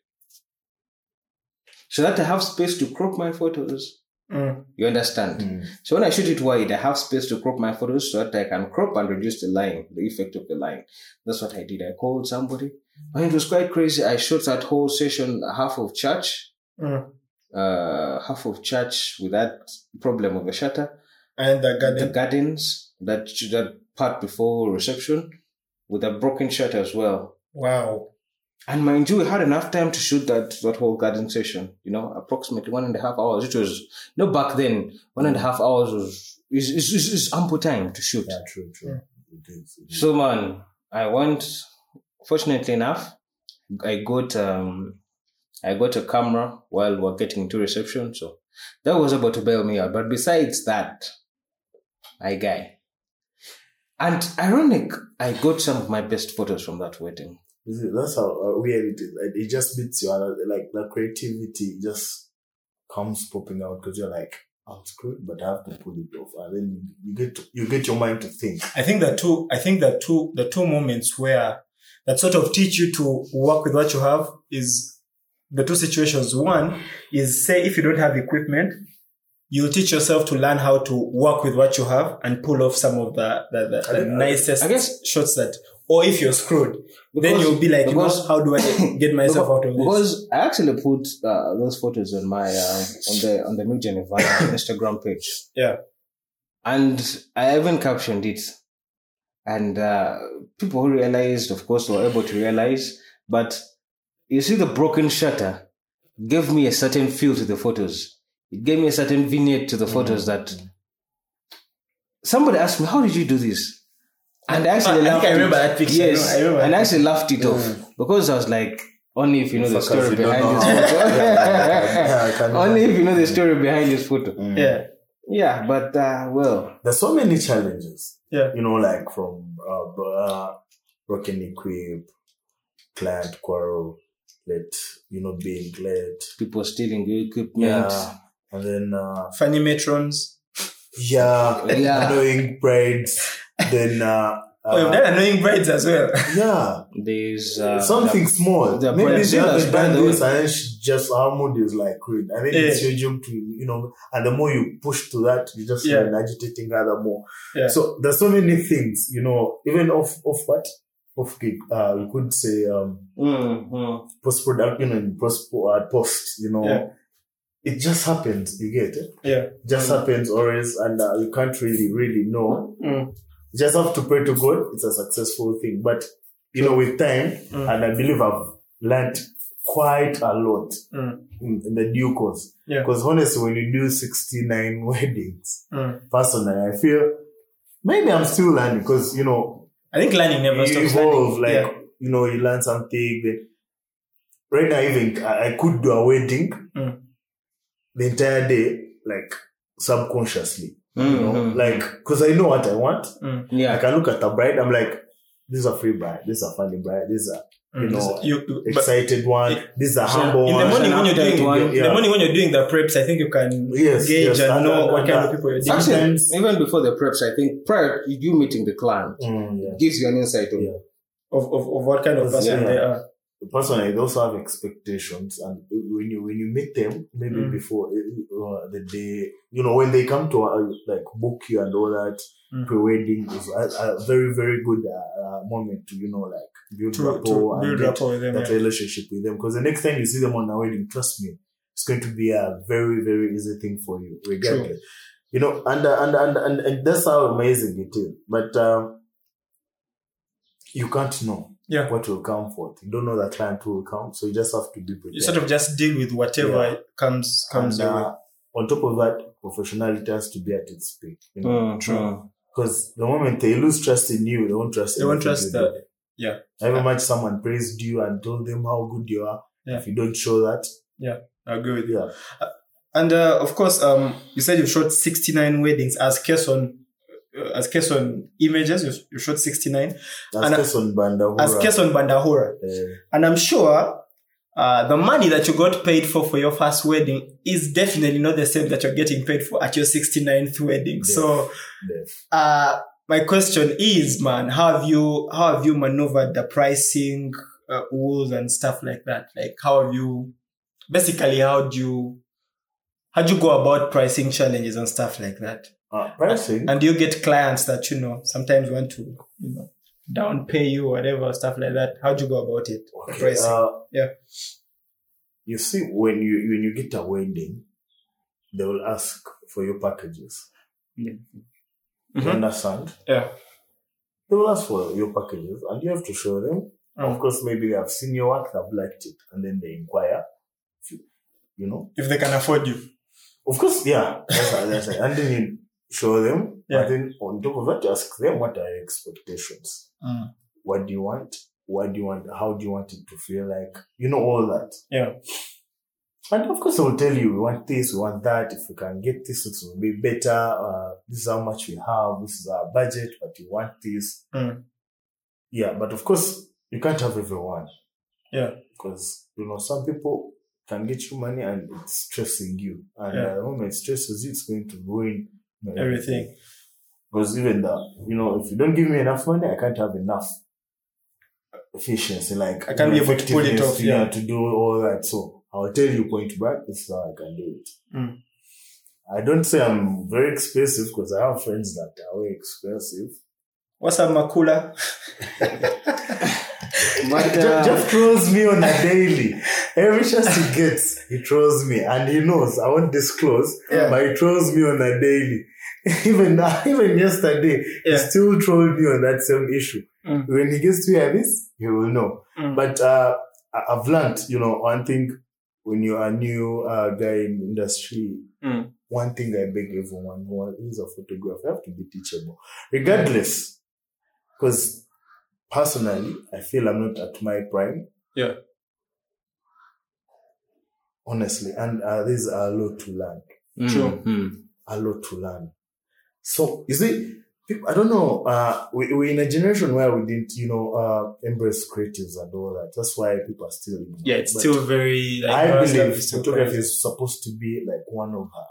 S3: So that I have space to crop my photos.
S2: Mm.
S3: You understand? So when I shoot it wide, I have space to crop my photos so that I can crop and reduce the line, the effect of the line. That's what I did. I called somebody. And it was quite crazy. I shot that whole session, half of church,
S2: Mm.
S3: uh, half of church with that problem of a shutter.
S2: And the
S3: The
S2: garden.
S3: gardens, that that part before reception, with a broken shutter as well.
S2: Wow.
S3: And mind you, we had enough time to shoot that that whole garden session. You know, approximately one and a half hours. It was no back then. One and a half hours was is is, is, is ample time to shoot.
S1: yeah, true, true. It is, it is.
S3: So man, I went. Fortunately enough, I got um, I got a camera while we're getting to reception. So that was about to bail me out. But besides that, my guy. And ironic, I got some of my best photos from that wedding.
S1: Is it- That's how uh, weird it is. Like, It just beats you. out. Like the creativity just comes popping out because you're like, I'm screwed, but I have to pull it off. And then you, you get to, you get your mind to think.
S2: I think the two I think the two the two moments where that sort of teach you to work with what you have is the two situations. One is say if you don't have equipment, you'll teach yourself to learn how to work with what you have and pull off some of the the, the,
S1: I
S2: the
S1: think- I-
S2: nicest
S3: I guess-
S2: shots that or if you're screwed, then
S3: Because-
S2: you'll be like, you know,
S3: because-
S2: how do I get myself out of this?
S3: Because I actually put uh, those photos on my uh, on the on the Milk Geneva Instagram page.
S2: Yeah.
S3: and I even captioned it, and uh, people who realized, of course, were able to realize. But you see, the broken shutter gave me a certain feel to the photos. It gave me a certain vignette to the
S2: Mm.
S3: photos that somebody asked me, "How did you do this?" And I actually
S2: I think
S3: laughed
S2: I remember
S3: it.
S2: that picture. Mm. I
S3: Yes,
S2: know, I remember
S3: and
S2: that
S3: I actually laughed it off because I was like, Only if you know the
S1: Fuckers,
S3: story
S1: you don't
S3: behind
S1: know
S3: his
S1: how-
S3: photo.
S1: Yeah, I can
S3: Only if
S1: imagine.
S3: you know the story behind his photo.
S1: Mm.
S2: Yeah.
S3: Yeah, but uh, well,
S1: There's so many challenges.
S2: Yeah.
S1: You know, like from uh, b- uh broken equip, client quarrel, late, you know, being late.
S3: people stealing your equipment.
S1: And then uh
S2: Funny matrons.
S1: yeah,
S3: Yeah.
S1: annoying braids. Then uh,
S2: oh, you've
S1: uh
S2: done annoying brides as well.
S1: yeah,
S3: There's uh,
S1: something small.
S3: the
S1: Maybe
S3: producers,
S1: they haven't
S3: by
S1: done
S3: the way-
S1: this, and then she just our mood is like ruined. I mean, it's
S2: Yeah.
S1: your job to you know, and the more you push to that, you just
S2: Yeah.
S1: feel agitating rather more.
S2: Yeah.
S1: So there's so many things, you know, even off off what off gig. Uh, we could say um
S3: Mm, mm.
S1: post production and post uh, post. You know,
S2: Yeah.
S1: it just happens. You get it.
S2: Yeah.
S1: Just happens always, and uh, you can't really really know
S2: Mm.
S1: you just have to pray to God. It's a successful thing. But you know, with time,
S2: Mm.
S1: and I believe I've learned quite a lot
S2: Mm.
S1: in, in the due course.
S2: Yeah.
S1: Because honestly, when you do 69 weddings,
S2: Mm.
S1: personally, I feel maybe I'm still learning because, you know,
S2: I think learning never
S1: you
S2: stops.
S1: evolve.
S2: learning.
S1: Like, you know, you learn something. Then right now, even I, I could do a wedding
S2: Mm.
S1: the entire day, like subconsciously, you know,
S2: Mm-hmm.
S3: Mhm.
S1: like, because I know what I want.
S3: yeah,
S1: Like I look at a bride, I'm like, this is a free bride, this is a funny bride, this is a
S2: yeah.
S1: you
S2: Mm.
S1: know,
S2: you, you- but
S1: excited one,
S2: it-
S1: this is a
S3: so
S1: humble
S2: in the
S1: one.
S2: morning when you're
S3: Update
S2: doing
S3: one.
S2: in
S1: Yeah.
S2: the morning when you're doing the preps, I think you can
S1: Yes,
S2: gauge
S1: yes,
S2: and
S1: and-
S2: know
S1: and-
S2: what
S1: and
S2: kind of
S1: that-
S2: people you're dealing.
S1: that-
S3: Actually,
S1: sometimes-
S3: even before the preps, I think prior to you meeting the client
S1: Mm, yeah.
S3: gives you an insight on
S1: Yeah.
S2: of, of, of what kind of
S1: That's-
S2: person
S1: yeah.
S2: they are.
S1: Personally, they also have expectations, and when you when you meet them, maybe
S2: Mm.
S1: before uh, the day, you know, when they come to uh, like book you and all that,
S2: Mm.
S1: pre-wedding is a, a very very good uh, uh, moment to you know like build
S2: To, to
S1: rapport and
S2: build
S1: get
S2: rapport with them.
S1: that
S2: yeah.
S1: relationship with them because the next time you see them on a wedding, trust me, it's going to be a very, very easy thing for you, regardless. You know, and, uh, and, and, and, and that's how amazing it is. But um, you can't know
S2: Yeah.
S1: what will come forth. You don't know the client who will come, so you just have to be prepared.
S2: You sort of just deal with whatever
S1: Yeah.
S2: comes
S1: and,
S2: comes your way.
S1: uh, on top of that, professionality has to be at its peak. You
S3: it.
S1: know,
S3: Mm, mm.
S1: because the moment they lose trust in you, they won't trust.
S2: They won't
S1: anything
S2: trust
S1: you
S2: that.
S1: do.
S2: Yeah.
S1: However much someone praised you and told them how good you are,
S2: Yeah.
S1: if you don't show that,
S2: I agree with you.
S1: yeah,
S2: And uh, of course, um, you said you shot 69 weddings as case on uh, as case on images. You, you shot 69
S1: As
S2: And-
S1: case on Bandahura.
S2: as case on Bandahora.
S1: eh,
S2: And I'm sure uh, the money that you got paid for for your first wedding is definitely not the same that you're getting paid for at your 69th wedding.
S1: Yeah.
S2: So
S1: the-
S2: uh, my question is, man, how have you how have you maneuvered the pricing uh, rules and stuff like that? Like how have you basically how do you how do you go about pricing challenges and stuff like that?
S1: uh, pricing.
S2: And do you get clients that you know sometimes want to you know down pay you whatever stuff like that? How do you go about it?
S1: Okay,
S2: pricing.
S1: uh,
S2: Yeah.
S1: You see, when you when you get a wedding, they will ask for your packages. You
S2: Mhm.
S1: understand?
S2: Yeah.
S1: They will ask for your packages, and you have to show them.
S2: Mm.
S1: Of course, maybe they have seen your work, they've liked it, and then they inquire. if you- You know,
S2: if they can afford you.
S1: Of course, yeah. That's right, that's right. And then you show them.
S2: Yeah.
S1: And then on top of that, you ask them what are your expectations?
S2: Mm.
S1: What do you want? What do you want? How do you want it to feel like? You know, all that.
S2: Yeah.
S1: And of course, I will tell you, we want this, we want that. If we can get this, it will be better. Uh, this is how much we have. This is our budget, but you want this.
S2: Mm.
S1: Yeah. But of course, you can't have everyone.
S2: Yeah.
S1: Because, you know, some people can get you money and it's stressing you. And
S2: Yeah.
S1: uh, the moment it stresses you, it's going to ruin you know,
S2: Everything.
S1: Because even that, you know, if you don't give me enough money, I can't have enough efficiency. Like,
S2: I can't be able to pull it
S1: effectiveness,
S2: off,
S1: you know,
S2: yeah.
S1: to do all that. So I'll tell you point back, this is how I can do it.
S2: Mm.
S1: I don't say I'm very expensive because I have friends that are very expensive.
S2: What's up, Makula?
S3: But
S1: Ju-
S3: uh,
S1: Jeff throws me on a daily. Every chance he gets, he throws me, and he knows I won't disclose,
S2: Yeah.
S1: but he throws me on a daily. even now, even yesterday, he
S2: Yeah.
S1: still trolled me on that same issue.
S2: Mm.
S1: When he gets to hear this, he will know.
S2: Mm.
S1: But uh, I- I've learned, you know, one thing when you're a new uh, guy in industry.
S2: Mm.
S1: One thing I beg everyone who is a photographer, you have to be teachable, regardless, because personally, I feel I'm not at my prime.
S2: Yeah.
S1: honestly. And uh, there's a lot to learn.
S2: True.
S3: Mm.
S1: A lot to learn. So you see, peop- I don't know. Uh, we, we're in a generation where we didn't, you know, uh, embrace creatives and all that. That's why people are still. ignorant.
S2: Yeah, it's
S1: But
S2: still very like
S1: I
S2: our stuff
S1: believe
S2: is still
S1: photography
S2: crazy.
S1: is supposed to be like one of the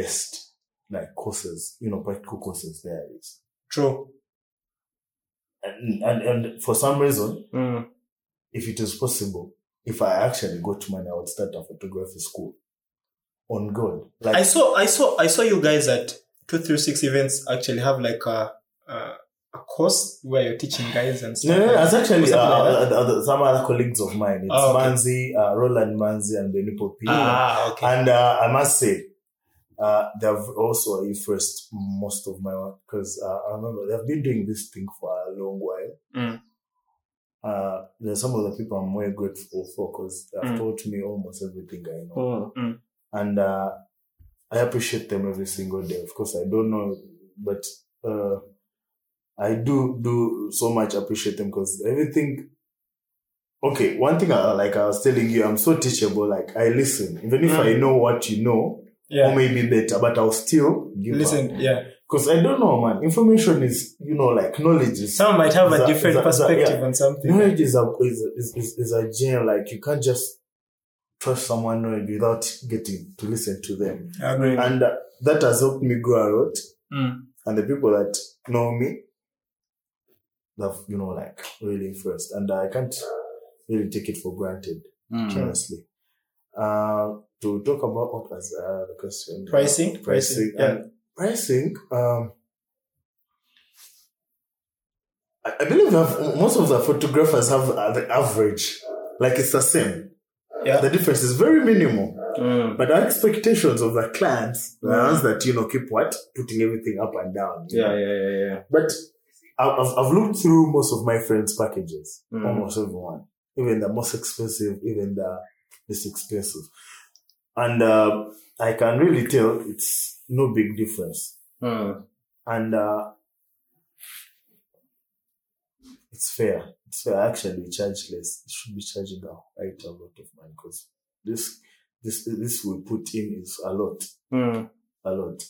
S1: best, like courses, you know, practical courses there is.
S2: true.
S1: And, and, and for some reason,
S2: Mm.
S1: if it is possible, if I actually got money, I would start a photography school. On God, like
S2: I saw I saw I saw you guys at two through six events actually have like a a, a course where you're teaching guys and
S1: no,
S2: stuff.
S1: no, no, it's actually uh,
S2: Something like
S1: uh, uh, some other colleagues of mine. It's
S2: Oh, okay.
S1: Manzi, uh, Roland Manzi, and Benny Poppy.
S2: Ah, okay.
S1: And uh, I must say, uh, they've also influenced most of my work because uh, I remember they've been doing this thing for a long while.
S2: Mm.
S1: Uh, there's some of the people I'm very grateful for because they've
S2: Mm.
S1: taught me almost everything I know.
S3: Mm.
S1: and uh, I appreciate them every single day. Of course, I don't know, but uh, I do do so much appreciate them because everything. Okay, one thing I, like I was telling you, I'm so teachable. Like I listen, even if I
S2: Mm.
S1: know what you know, or
S2: yeah.
S1: maybe better, but I'll still give
S2: Listen, yeah.
S1: Because I don't know, man. Information is, you know, like knowledge is
S2: Some might have
S1: Za-
S2: a different
S1: za- za-
S2: perspective
S1: yeah.
S2: on something.
S1: knowledge is a is, is, is, is a gem. Like you can't just trust someone knowledge without getting to listen to them.
S2: I agree.
S1: and uh, that has helped me grow a lot.
S2: Mm.
S1: And the people that know me, have you know like really influenced, and I can't really take it for granted,
S3: Mm.
S1: honestly. Uh, to talk about what was uh, the question?
S2: Pricing?
S1: pricing,
S2: Pricing, yeah.
S1: and pricing. Um, I, I believe that most of the photographers have uh, the average, like it's the same.
S2: Yeah.
S1: The difference is very minimal.
S3: Mm.
S1: But our expectations of the clients, the
S3: Mm.
S1: ones that you know keep what putting everything up and down. you
S3: Yeah,
S1: know.
S3: yeah, yeah, yeah.
S1: But I- I've, I've looked through most of my friends' packages,
S3: Mm.
S1: almost everyone, even the most expensive, even the least expensive, and uh, I can really tell it's no big difference,
S3: Mm.
S1: and uh, it's fair. It's fair. Actually, we charge less. We should be charging a right a lot of money because this this this we put in is a lot
S3: Mm.
S1: a lot.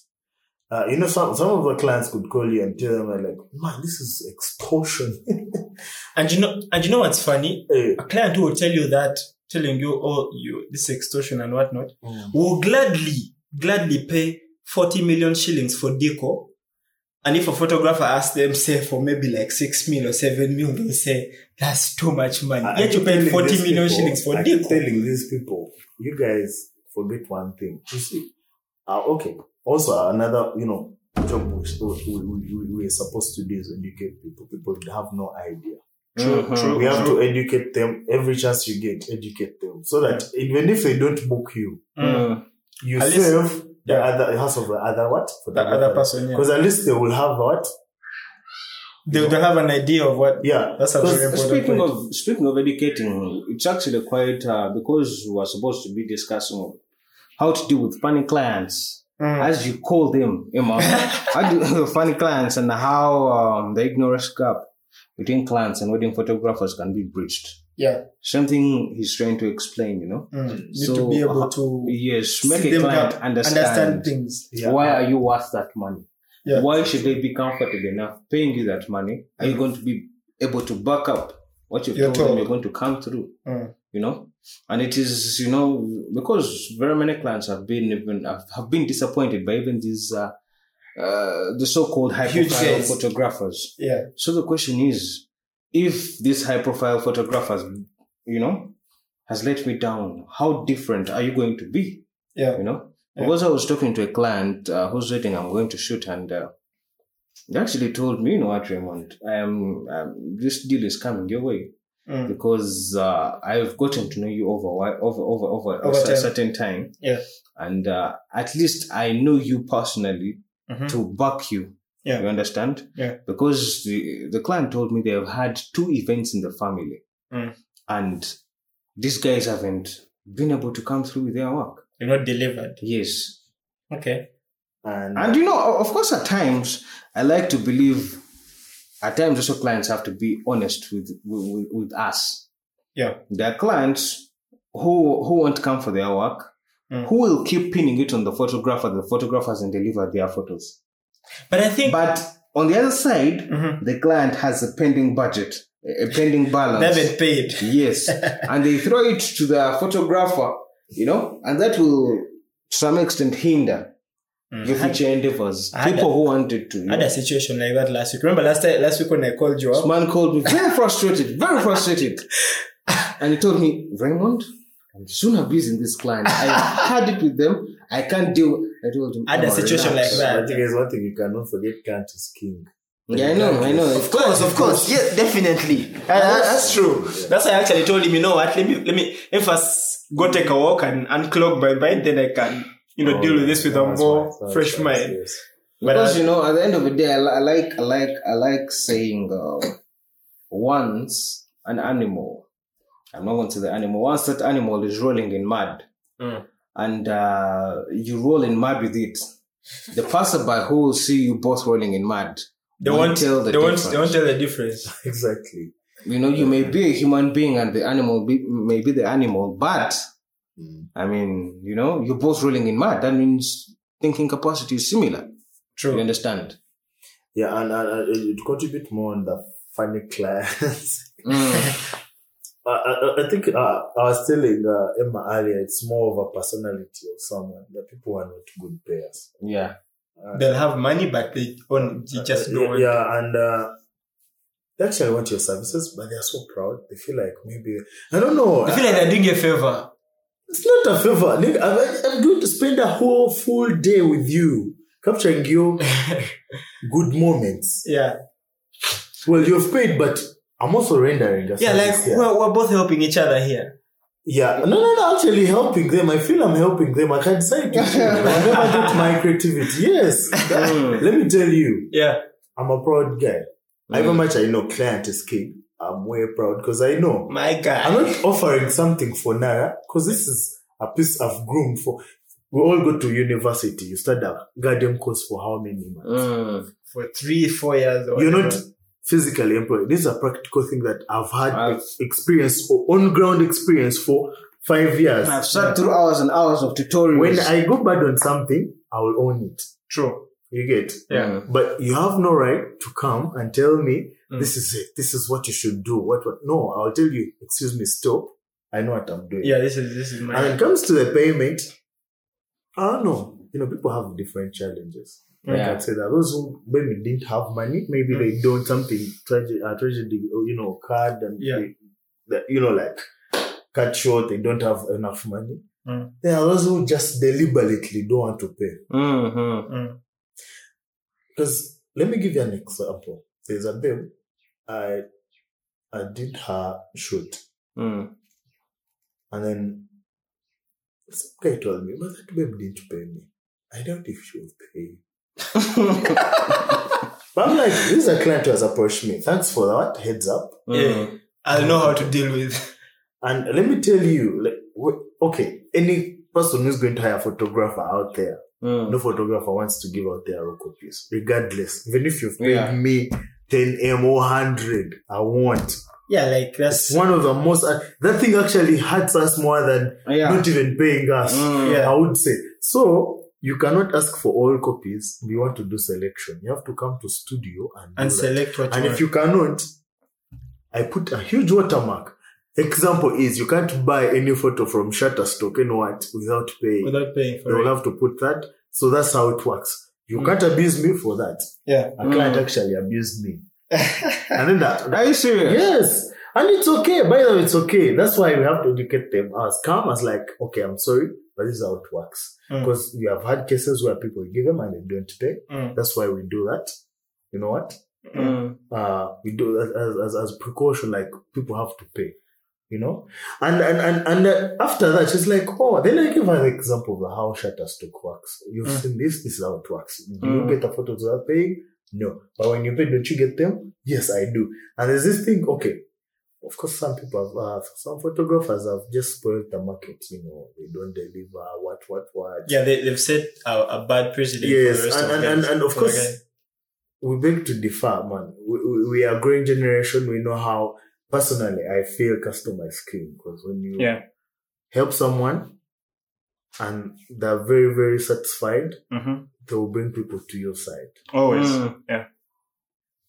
S1: Uh, you know, some some of our clients could call you and tell them like, "Man, this is extortion."
S2: And you know and you know what's funny?
S1: Hey.
S2: A client who will tell you that, telling you, oh you this extortion and whatnot, will gladly, gladly pay 40 million shillings for deco. And if a photographer asks them, say, for maybe like 6 mil or 7 mil, they'll say, that's too much money.
S1: I- I
S2: Yet you
S1: keep
S2: paid
S1: telling
S2: 40
S1: these
S2: million
S1: people-
S2: shillings for
S1: I keep
S2: deco.
S1: telling these people, you guys forget one thing. You see, uh, okay. Also, another you know job which we, we, we, we're supposed to do is educate people. People have no idea.
S2: True,
S3: Mhm.
S2: true.
S1: We have to educate them every chance you get. Educate them so that even if they don't book you,
S2: Mm.
S3: Mm.
S1: you
S2: At least-
S1: save the
S2: yeah.
S1: other hassle of the other what for
S2: The other person, yeah.
S1: Because at least they will have what
S2: They, they'll have an idea of what.
S1: Yeah,
S2: That's a
S1: Because
S2: very important
S3: Speaking
S2: point.
S3: of speaking of educating, it's actually quite uh, because we're supposed to be discussing how to deal with funny clients.
S2: Mm.
S3: as you call them, Emma, how do funny clients and how um, the ignorance gap between clients and wedding photographers can be bridged.
S2: yeah.
S3: Something he's trying to explain, you know.
S2: Mm. Need
S3: So,
S2: to be
S3: uh,
S2: able to
S3: Yes,
S2: see
S3: make a
S2: them
S3: client
S2: that
S3: understand,
S2: things.
S1: yeah.
S3: why are you worth that money.
S2: Yeah.
S3: Why should they be comfortable enough paying you that money? Are you going to be able to back up what you've
S2: You're
S3: told them
S2: told.
S3: you're going to come through?
S2: Mm.
S3: you know and it is you know because very many clients have been even have, have been disappointed by even these uh, uh the so-called high
S2: Huge
S3: profile
S2: sales.
S3: photographers
S2: Yeah.
S3: so the question is if these high profile photographers you know has let me down how different are you going to be
S2: Yeah.
S3: you know
S2: Yeah.
S3: because i was talking to a client uh, whose wedding i'm going to shoot and uh, they actually told me you know what raymond um, um this deal is coming your way
S2: Mm.
S3: because uh, I've gotten to know you over a while- over over over,
S2: Over
S3: a
S2: time.
S3: certain time.
S2: Yeah.
S3: And uh, at least I know you personally
S2: Mhm.
S3: to back you.
S2: Yeah.
S3: You understand?
S2: Yeah.
S3: Because the, the client told me they have had two events in the family,
S2: Mm.
S3: and these guys haven't been able to come through with their work.
S2: You're not delivered.
S3: Yes.
S2: Okay.
S1: and, uh,
S3: And you know, o- of course, at times I like to believe. At times, also clients have to be honest with with, with us
S2: Yeah.
S3: their clients who who won't come for their work,
S2: Mm.
S3: who will keep pinning it on the photographer, the photographer hasn't delivered their photos.
S2: But I think
S3: But on the other side,
S2: Mhm.
S3: the client has a pending budget, a a pending
S2: they
S3: balance.
S2: haven't paid.
S3: Yes. and they throw it to the photographer, you know, and that will to some extent hinder your
S2: Mm.
S3: future endeavors.
S2: I had
S3: People who wanted to. You
S2: I had
S3: know.
S2: a situation like that last week. Remember last time, last week when I called you
S3: This
S2: up?
S3: man called me very frustrated, very frustrated. And he told me, Raymond, I'm soon abusing this client. I had it with them. I can't deal. I told him,
S2: I had a
S3: "Come on,
S2: situation
S3: relax."
S2: like that.
S1: I think there's one thing you cannot forget Kant is king.
S3: Yeah, I know, I know.
S4: Of course, of course. Yeah, definitely. Uh, that- that's true.
S2: That's why I actually told him, you know what, let me let me let me first go take a walk and unclog my mind, then I can, you know, deal with this with a
S1: Oh, That's
S2: more
S1: wise, that's
S2: fresh
S1: wise,
S2: mind.
S1: yes.
S2: But uh,
S3: because
S2: I-
S3: you know, at the end of the day, I, li- I like, I like, I like saying uh, once an animal. I'm not going to the animal. Once that animal is rolling in mud,
S2: Mm.
S3: and uh, you roll in mud with it, the passerby who will see you both rolling in mud,
S2: They won't
S3: tell the
S2: they won't
S3: difference.
S2: they won't tell the difference.
S1: Exactly.
S3: You know, you may be a human being, and the animal be, may be the animal, but
S1: Mm.
S3: I mean, you know, you're both rolling in mud. That means thinking capacity is similar. You
S2: True.
S3: understand?
S1: Yeah, and, and, and it contribute more on the funny clients.
S3: Mm.
S1: I, I, I think uh, I was telling uh, Emma earlier, it's more of a personality of someone. The people are not good players.
S3: yeah.
S1: Uh,
S2: They'll have money but they won't they just
S1: uh,
S2: don't want
S1: Yeah, and uh, they actually want your services, but they are so proud. They feel like maybe, I don't know.
S2: I feel like they're doing a favor.
S1: It's not a favor. Nick, I'm, I'm going to spend a whole full day with you, capturing your good moments.
S2: Yeah.
S1: Well, you've paid, but I'm also rendering. A
S2: Yeah,
S1: service
S2: like
S1: here.
S2: We're, we're both helping each other here.
S1: yeah. No, no, no. Actually, helping them. I feel I'm helping them. I can't say it. I never get my creativity. Yes. That-
S3: Mm.
S1: let me tell you,
S2: Yeah.
S1: I'm a proud guy.
S2: Mm.
S3: Mm.
S1: However much I know client is king, I'm way proud because I know
S2: My
S1: I'm
S2: God.
S1: not offering something for Nara because this is a piece of groom for. We all go to university. You study a goddamn course for how many months?
S3: Mm.
S2: For three, four years or
S1: You're not
S2: whatever.
S1: physically employed. This is a practical thing that I've had
S3: I've-
S1: ex- experience or on ground experience for five years.
S3: I've sat through hours and hours of tutorials.
S1: When I go bad on something, I will own it.
S2: true. Uh,
S1: You get?
S2: Yeah.
S3: Mm.
S1: But you have no right to come and tell me
S2: Mm.
S1: this is it. This is what you should do. What? What? No, I'll tell you. Excuse me. Stop. I know what I'm doing.
S2: Yeah, this is this is my
S1: And when it comes to the payment, I don't know. You know, people have different challenges. Like
S3: Yeah.
S1: I said, that those who maybe didn't have money, maybe they
S2: Mm.
S1: don't something tragedy, uh, tragedy, or, you know, card and
S2: Yeah.
S1: they- that, you know, like cut short. They don't have enough money.
S2: Mm.
S1: There are those who just deliberately don't want to pay.
S3: Mhm.
S2: Mm.
S1: Because let me give you an example. There's a babe. I I did her shoot.
S3: Mm.
S1: And then some guy told me, but that babe didn't pay me. I doubt if she will pay. you." But I'm like, this is a client who has approached me. Thanks for that heads up.
S3: Mm.
S2: I know how to deal with.
S1: And let me tell you, like, w- okay, any person who's going to hire a photographer out there,
S3: Mm.
S1: no photographer wants to give out their raw copies, regardless. Even if you've paid
S3: Yeah.
S1: me 10 M or 100, I want.
S2: Yeah, like
S1: It's
S2: that's
S1: one of the most, uh, that thing actually hurts us more than
S3: Yeah.
S1: not even paying us.
S3: Mm.
S2: yeah.
S1: I would say. So you cannot ask for all copies. We want to do selection. You have to come to studio and,
S2: and
S1: do that.
S2: select what
S1: And if
S2: you want.
S1: you cannot, I put a huge watermark. Example is you can't buy any photo from Shutterstock and what without paying.
S2: without paying for
S1: They'll
S2: it.
S1: have to put that. So that's how it works. You
S2: Mm.
S1: can't abuse me for that.
S2: Yeah.
S1: A client
S3: Mm.
S1: actually abused me. and then that,
S3: Are you serious?
S1: Yes. And it's okay. By the way, it's okay. That's why we have to educate them as come as like, okay, I'm sorry, but this is how it works.
S2: Mm.
S1: Because we have had cases where people give them and they don't pay.
S2: Mm.
S1: That's why we do that. You know what?
S3: Mm.
S1: Uh, we do as, as, as, as precaution, like people have to pay, you know? And, and, and, and uh, after that, she's like, oh, then I give her the example of how Shutterstock works. You've
S2: Mm.
S1: seen this, this is how it works. Do
S3: Mm.
S1: you get the photos without paying? No. But when you pay, don't you get them? Yes, I do. And there's this thing, okay. Of course, some people have, uh, some photographers have just spoiled the market, you know, they don't deliver, what, what, what.
S2: Yeah, they, they've set a, a bad precedent for the
S1: Yes,
S2: rest
S1: and,
S2: of
S1: and,
S2: them.
S1: and, and of
S2: For the guy.
S1: course, we beg to differ, man. We, we, we are growing generation. We know how, personally, I feel customer is king because when you
S2: Yeah.
S1: help someone, and they're very, very satisfied,
S5: Mm-hmm.
S1: they will bring people to your side.
S5: Always.
S2: Mm.
S5: Yeah.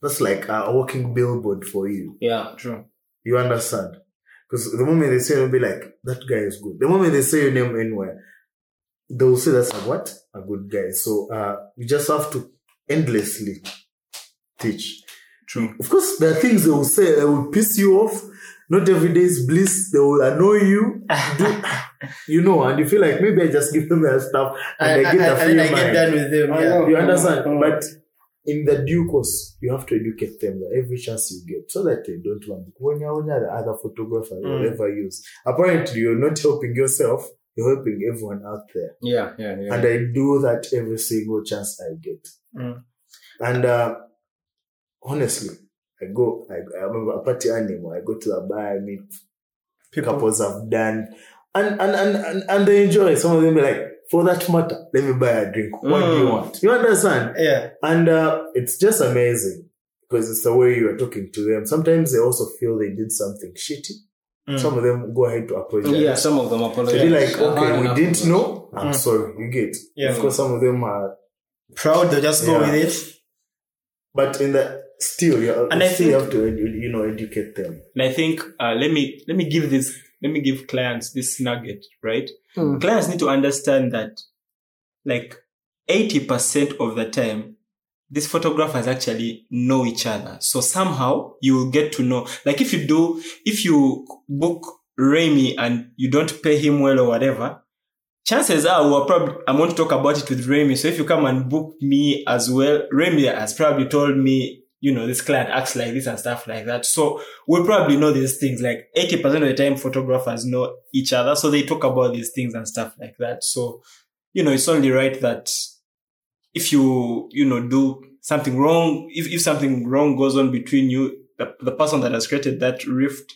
S1: That's like a walking billboard for you.
S3: Yeah.
S2: True.
S1: You understand? Because the moment they say, they'll be like, that guy is good. The moment they say your name anywhere, they will say that's a what? A good guy. So uh, you just have to endlessly teach.
S5: True.
S1: Of course, there are things they will say that will piss you off. Not every day is bliss. They will annoy you. Do- you know, and you feel like maybe I just give them their stuff and
S4: I,
S1: I, get the
S4: I-
S1: free
S4: and I get
S1: mind.
S4: done with them.
S3: I
S4: yeah.
S3: know.
S1: You understand?
S3: Mm.
S1: But in the due course, you have to educate them that every chance you get so that they don't want when you're when you're the other photographer they will
S2: Mm.
S1: ever use. Apparently, you're not helping yourself, you're helping everyone out there.
S3: Yeah. Yeah. Yeah.
S1: And I do that every single chance I get.
S2: Mm.
S1: And uh, honestly, I go, I, I remember a party animal, I go to the bar, I meet couples have done and and, and, and and they enjoy. Some of them be like, for that matter, let me buy a drink. What do you
S3: Mm.
S1: want? You understand?
S4: Yeah.
S1: And uh, it's just amazing because it's the way you are talking to them. Sometimes they also feel they did something shitty.
S2: Mm.
S1: Some of them go ahead to apologize.
S3: yeah. Some of them apologize.
S1: They be like,
S3: I had
S1: okay, we
S3: enough
S1: didn't
S3: of
S1: know. I'm
S2: Mm.
S1: Ah, sorry. You get.
S2: Yeah.
S1: Of course, some of them are,
S4: Proud, they'll just go
S1: Yeah.
S4: with it.
S1: but in the still, you,
S2: And
S1: you
S2: I
S1: still
S2: think-
S1: have to edu- you know educate them.
S2: And I think uh, let me let me give this let me give clients this nugget, right?
S4: Mm.
S2: Clients need to understand that like 80% of the time these photographers actually know each other. So somehow you will get to know. Like if you do if you book Remy and you don't pay him well or whatever, chances are we're probably I'm going to talk about it with Remy. So if you come and book me as well, Remy has probably told me, you know, this client acts like this and stuff like that. So we probably know these things. Like 80% of the time photographers know each other. So they talk about these things and stuff like that. So, you know, it's only right that if you, you know, do something wrong, if, if something wrong goes on between you, the, the person that has created that rift,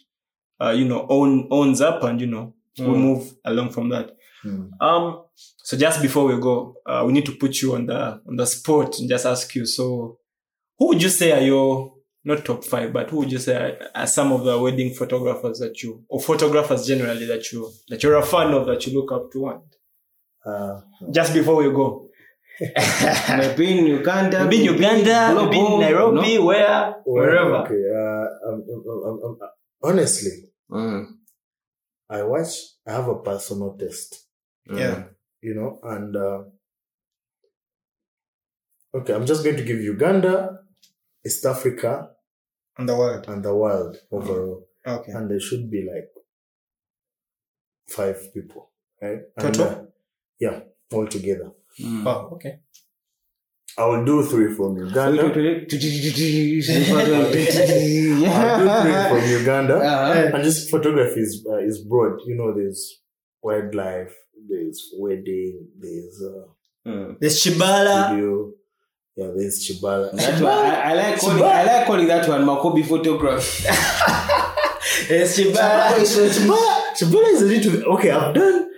S2: uh, you know, own, owns up and, you know, we
S3: Mm.
S2: move along from that.
S1: Mm.
S2: Um, so just before we go, uh, we need to put you on the on the spot and just ask you. So, who would you say are your not top five, but who would you say are, are some of the wedding photographers that you or photographers generally that you that you're a fan of that you look up to? One
S1: Uh,
S2: just before we go,
S3: Maybe in Uganda.
S2: maybe in Uganda, maybe in
S3: global,
S2: Nairobi,
S3: no?
S2: where
S1: well,
S2: wherever.
S1: Okay. Uh, um, um, um, um, um, honestly,
S3: Mm,
S1: I watch. I have a personal test,
S3: mm.
S4: Yeah.
S1: you know, and uh, okay, I'm just going to give Uganda, East Africa,
S4: On the world. Oh,
S1: and the world overall,
S4: Okay.
S1: and there should be like five people, right?
S4: Total?
S1: And, uh, yeah, all together.
S3: Mm.
S4: Wow. Okay.
S1: I will do three from Uganda. I'll do three
S3: yeah.
S1: from Uganda.
S3: Uh-huh.
S1: and just photography is uh, is broad. You know, there's wildlife, there's wedding, there's uh,
S3: Mm.
S4: There's Shibala.
S1: video, yeah, there's Chibala.
S3: That one, I, I like calling. I like calling that one Makobi photograph.
S2: Eh,
S4: There's Shibala.
S1: Chibala, so Chibala, Chibala is a little okay. I've done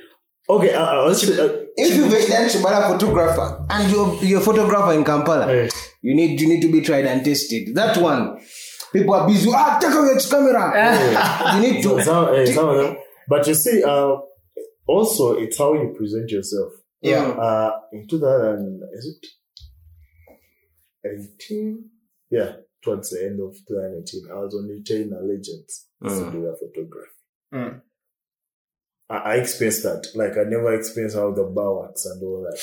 S1: okay. uh, I, I was,
S3: If you've been that Shibala photographer and you're you're a photographer in Kampala,
S1: uh,
S3: you need you need to be tried and tested. That one, people are busy. Ah, take away your
S2: Ah.
S3: camera. you need
S1: so-
S3: to.
S1: so- eh, some of them- but you see, uh, also it's how you present yourself.
S4: Yeah.
S1: Uh, in 2000, is it 18? Yeah, towards the end of 2018, I was on Retainer Legends
S3: Mm.
S1: to do a photography.
S2: Mm.
S1: I, I experienced that. Like, I never experienced how the bar works and all that.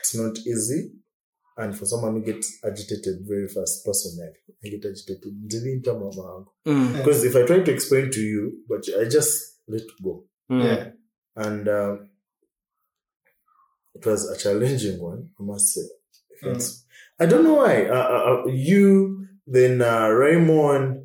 S1: it's not easy. And for someone who gets agitated very fast, personally, I get agitated. Didn't tell my mom.
S3: Mm.
S1: Because if I try to explain to you, but I just let go
S2: mm.
S4: Yeah.
S1: and um, it was a challenging one, I must say.
S4: Mm.
S1: It's- I don't know why. Uh, uh, uh, you, then uh, Raymond.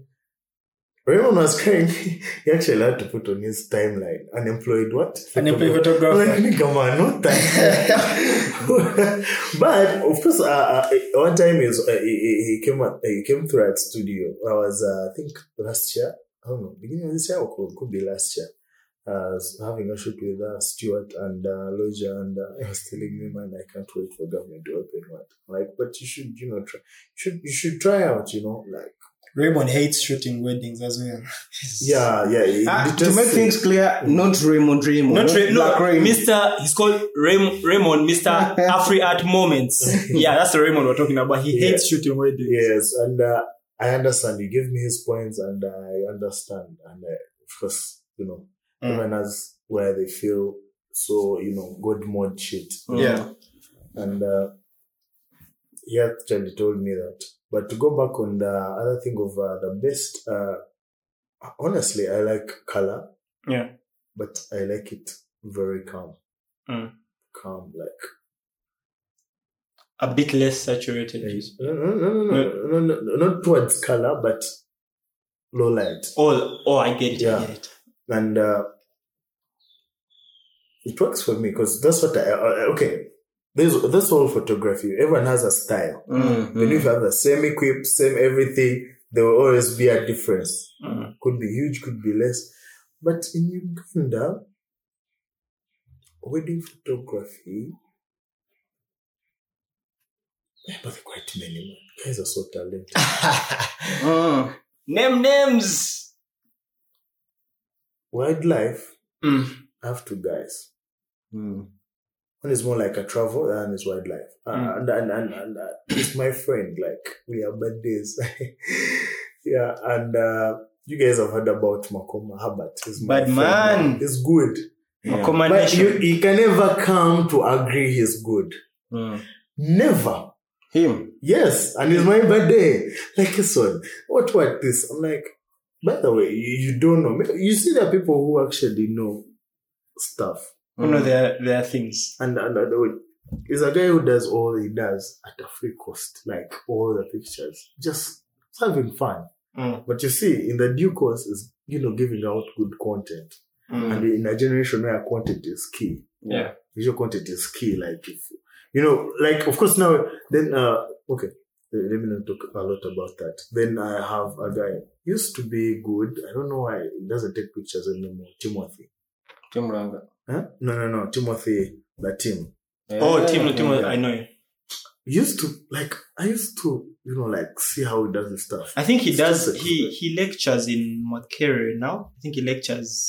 S1: Raymond was crying. he actually had to put on his timeline unemployed what?
S4: Unemployed
S1: Like,
S4: photographer.
S1: nigga, man, not time. but of course, uh, uh, one time is uh, he, he he came up, he came through at studio. I was uh, I think last year. I don't know, beginning of this year or could, could be last year. Uh, s- having a shoot with uh, Stuart and uh, Loja, and uh, I was telling him, man, I can't wait for government to open one. Like, but you should, you know, try, should you should try out, you know, like
S2: Raymond hates shooting weddings as well.
S1: Yeah, yeah. it-
S2: Ah,
S1: it
S3: To
S1: just-
S3: make things clear, not Raymond Raymond.
S2: Not Ray, no,
S3: Black Raymond.
S2: Mr. He's called Raymond, Raymond Mr. Afri Art Moments. Yeah, that's the Raymond we're talking about. He
S1: Yeah.
S2: hates shooting weddings.
S1: Yes, and uh, I understand. You give me his points, and I understand. And uh, of course, you know,
S2: Mm.
S1: even as where they feel so, you know, God mode shit.
S2: Yeah.
S1: And uh, he actually told me that. But to go back on the other thing of uh, the best, uh, honestly, I like color.
S2: Yeah.
S1: But I like it very calm.
S2: Mm.
S1: Calm, like.
S2: A bit less saturated.
S1: No, no, no, no, no, no, no, not towards color, but low light.
S2: All, oh, I get it. I
S1: Yeah.
S2: get it.
S1: and uh, it works for me because that's what I uh, okay. This this whole photography, everyone has a style.
S3: Mm,
S1: Even if
S3: mm.
S1: you have the same equip, same everything, there will always be a difference.
S2: Mm.
S1: Could be huge, could be less. But in Uganda, wedding photography, eh, but there are quite many man. Guys are so talented.
S3: Mm.
S2: Name names.
S1: Wildlife,
S2: Mm.
S1: I have two guys.
S2: Hmm.
S3: Mm.
S1: One is more like a travel, the other one is wildlife. Uh,
S2: Mm.
S1: And, and, and, and uh, it's my friend, like, we are bad days. yeah, and uh, you guys have heard about Makoma Herbert. He's my
S2: Bad
S1: friend,
S2: man.
S1: He's good.
S3: Yeah.
S2: Makoma
S1: But
S2: Nation.
S1: you, you can never come to agree he's good.
S3: Mm.
S1: Never.
S3: Him.
S1: Yes, and it's my birthday. Like, son, what what this? I'm like, by the way, you, you don't know. You see the people who actually know stuff.
S2: You
S1: Mm.
S2: know, there are, there are things.
S1: and and and wait, he's a guy who does all he does at a free cost, like all the pictures, just it's having fun.
S2: Mm.
S1: But you see, in the due course is you know giving out good content, and in a generation where content is key,
S3: Yeah.
S1: visual content is key. Like if you know, like of course now then uh okay. Let let me not talk a lot about that. Then I have a guy used to be good. I don't know why he doesn't take pictures anymore. Timothy,
S3: Tim Ranga.
S1: huh? No, no, no. Timothy, the team.
S2: Oh,
S3: Yeah.
S2: Tim, Tim,
S1: yeah.
S2: I know you.
S1: used to like I used to you know like see how he does his stuff.
S2: I think he
S1: It's
S2: does.
S1: just a-
S2: He he lectures in Makere now. I think he lectures.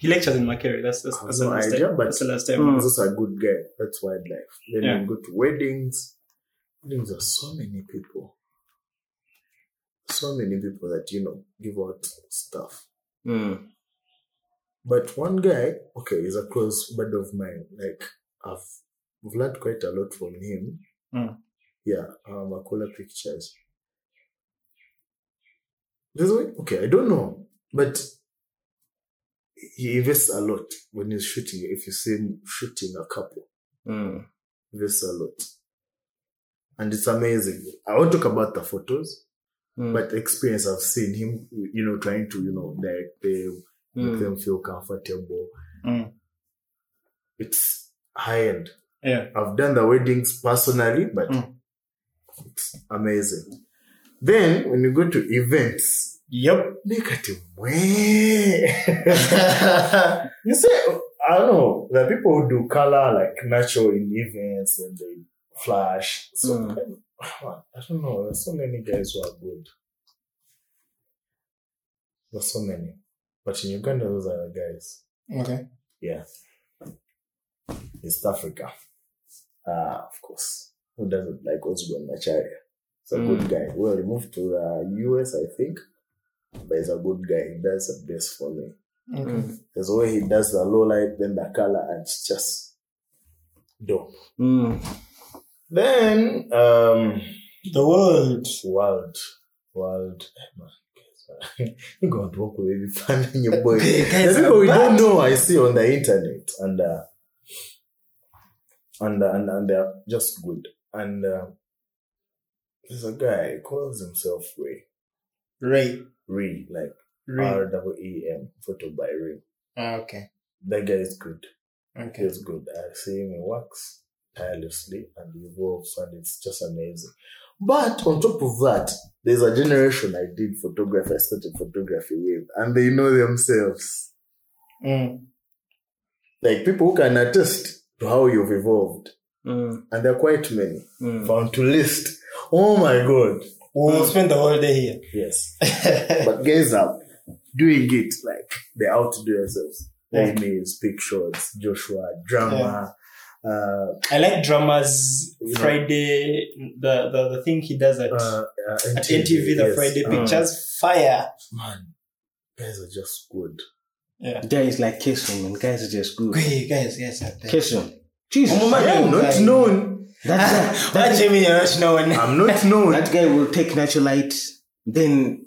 S2: He lectures in Makere. That's that's,
S1: I have
S2: that's the
S1: no
S2: last
S1: idea,
S2: time.
S1: but-
S2: That's the last time.
S3: Mm.
S1: He's also a good guy. That's wildlife. Then
S2: Yeah.
S1: you go to weddings. Weddings are so many people. So many people that you know give out stuff.
S3: Mm.
S1: But one guy, okay, is a close bud of mine. Like I've, I've learned quite a lot from him.
S2: Mm.
S1: Yeah, uh, Makola Pictures. This way, okay, I don't know, but he invests a lot when he's shooting. If you see him shooting a couple,
S3: Mm.
S1: he invests a lot, and it's amazing. I won't talk about the photos,
S3: Mm.
S1: but experience I've seen him, you know, trying to, you know, direct them, make
S3: Mm.
S1: them feel comfortable.
S2: Mm.
S1: It's high end.
S2: Yeah.
S1: I've done the weddings personally, but
S2: Mm.
S1: it's amazing. Then when you go to events,
S2: Yep.
S1: look at him. way. you say, I don't know, the people who do color like natural in events and they flash. So I don't know. There's so many guys who are good. There's so many. But in Uganda, those are the guys.
S2: Okay.
S1: Yeah. East Africa. Ah, of course. Who doesn't like Osborne Macharia? He's a good guy. Well, he moved to the US, I think. But he's a good guy. He does the best for me.
S3: Mm.
S1: There's a way he does the low light, then the color, and it's just dope.
S3: Mm.
S1: Then, um,
S2: The world.
S1: wild, wild, man. you go and walk with elephant your boy.
S2: Guys
S1: There's people we don't know I see on the internet and uh, and, uh, and and they're just good. And uh, there's a guy he calls himself Ray.
S2: Ray.
S1: Ray, like
S2: Ray.
S1: R W E M, photo by Ray.
S2: Ah, okay.
S1: That guy is good.
S2: Okay.
S1: He's good. I see him he works tirelessly and he evolves and it's just amazing. But on top of that, there's a generation I did photography, I started photography with, and they know themselves.
S2: Mm.
S1: like people who can attest to how you've evolved,
S3: Mm.
S1: and there are quite many.
S3: Mm.
S1: Found to list. Oh my god,
S2: We'll spend the whole day here.
S1: Yes. but guys are doing it like they outdo themselves. They may speak shorts, Joshua, drama. Uh,
S2: I like dramas.
S1: You know.
S2: Friday, the, the the thing he does at,
S1: uh, uh,
S2: at NTV, the
S1: yes.
S2: Friday
S1: Uh,
S2: pictures, fire.
S1: man, guys are just good.
S2: Yeah.
S3: There is like case woman. Guys are just good.
S2: Hey, guys, yes, I think.
S3: Case woman. Jesus.
S2: Oh, my-
S1: I'm not
S2: Guys.
S1: known.
S3: That's that,
S2: That Jimmy, you're not knowing.
S1: I'm not known.
S3: that guy will take naturalite, then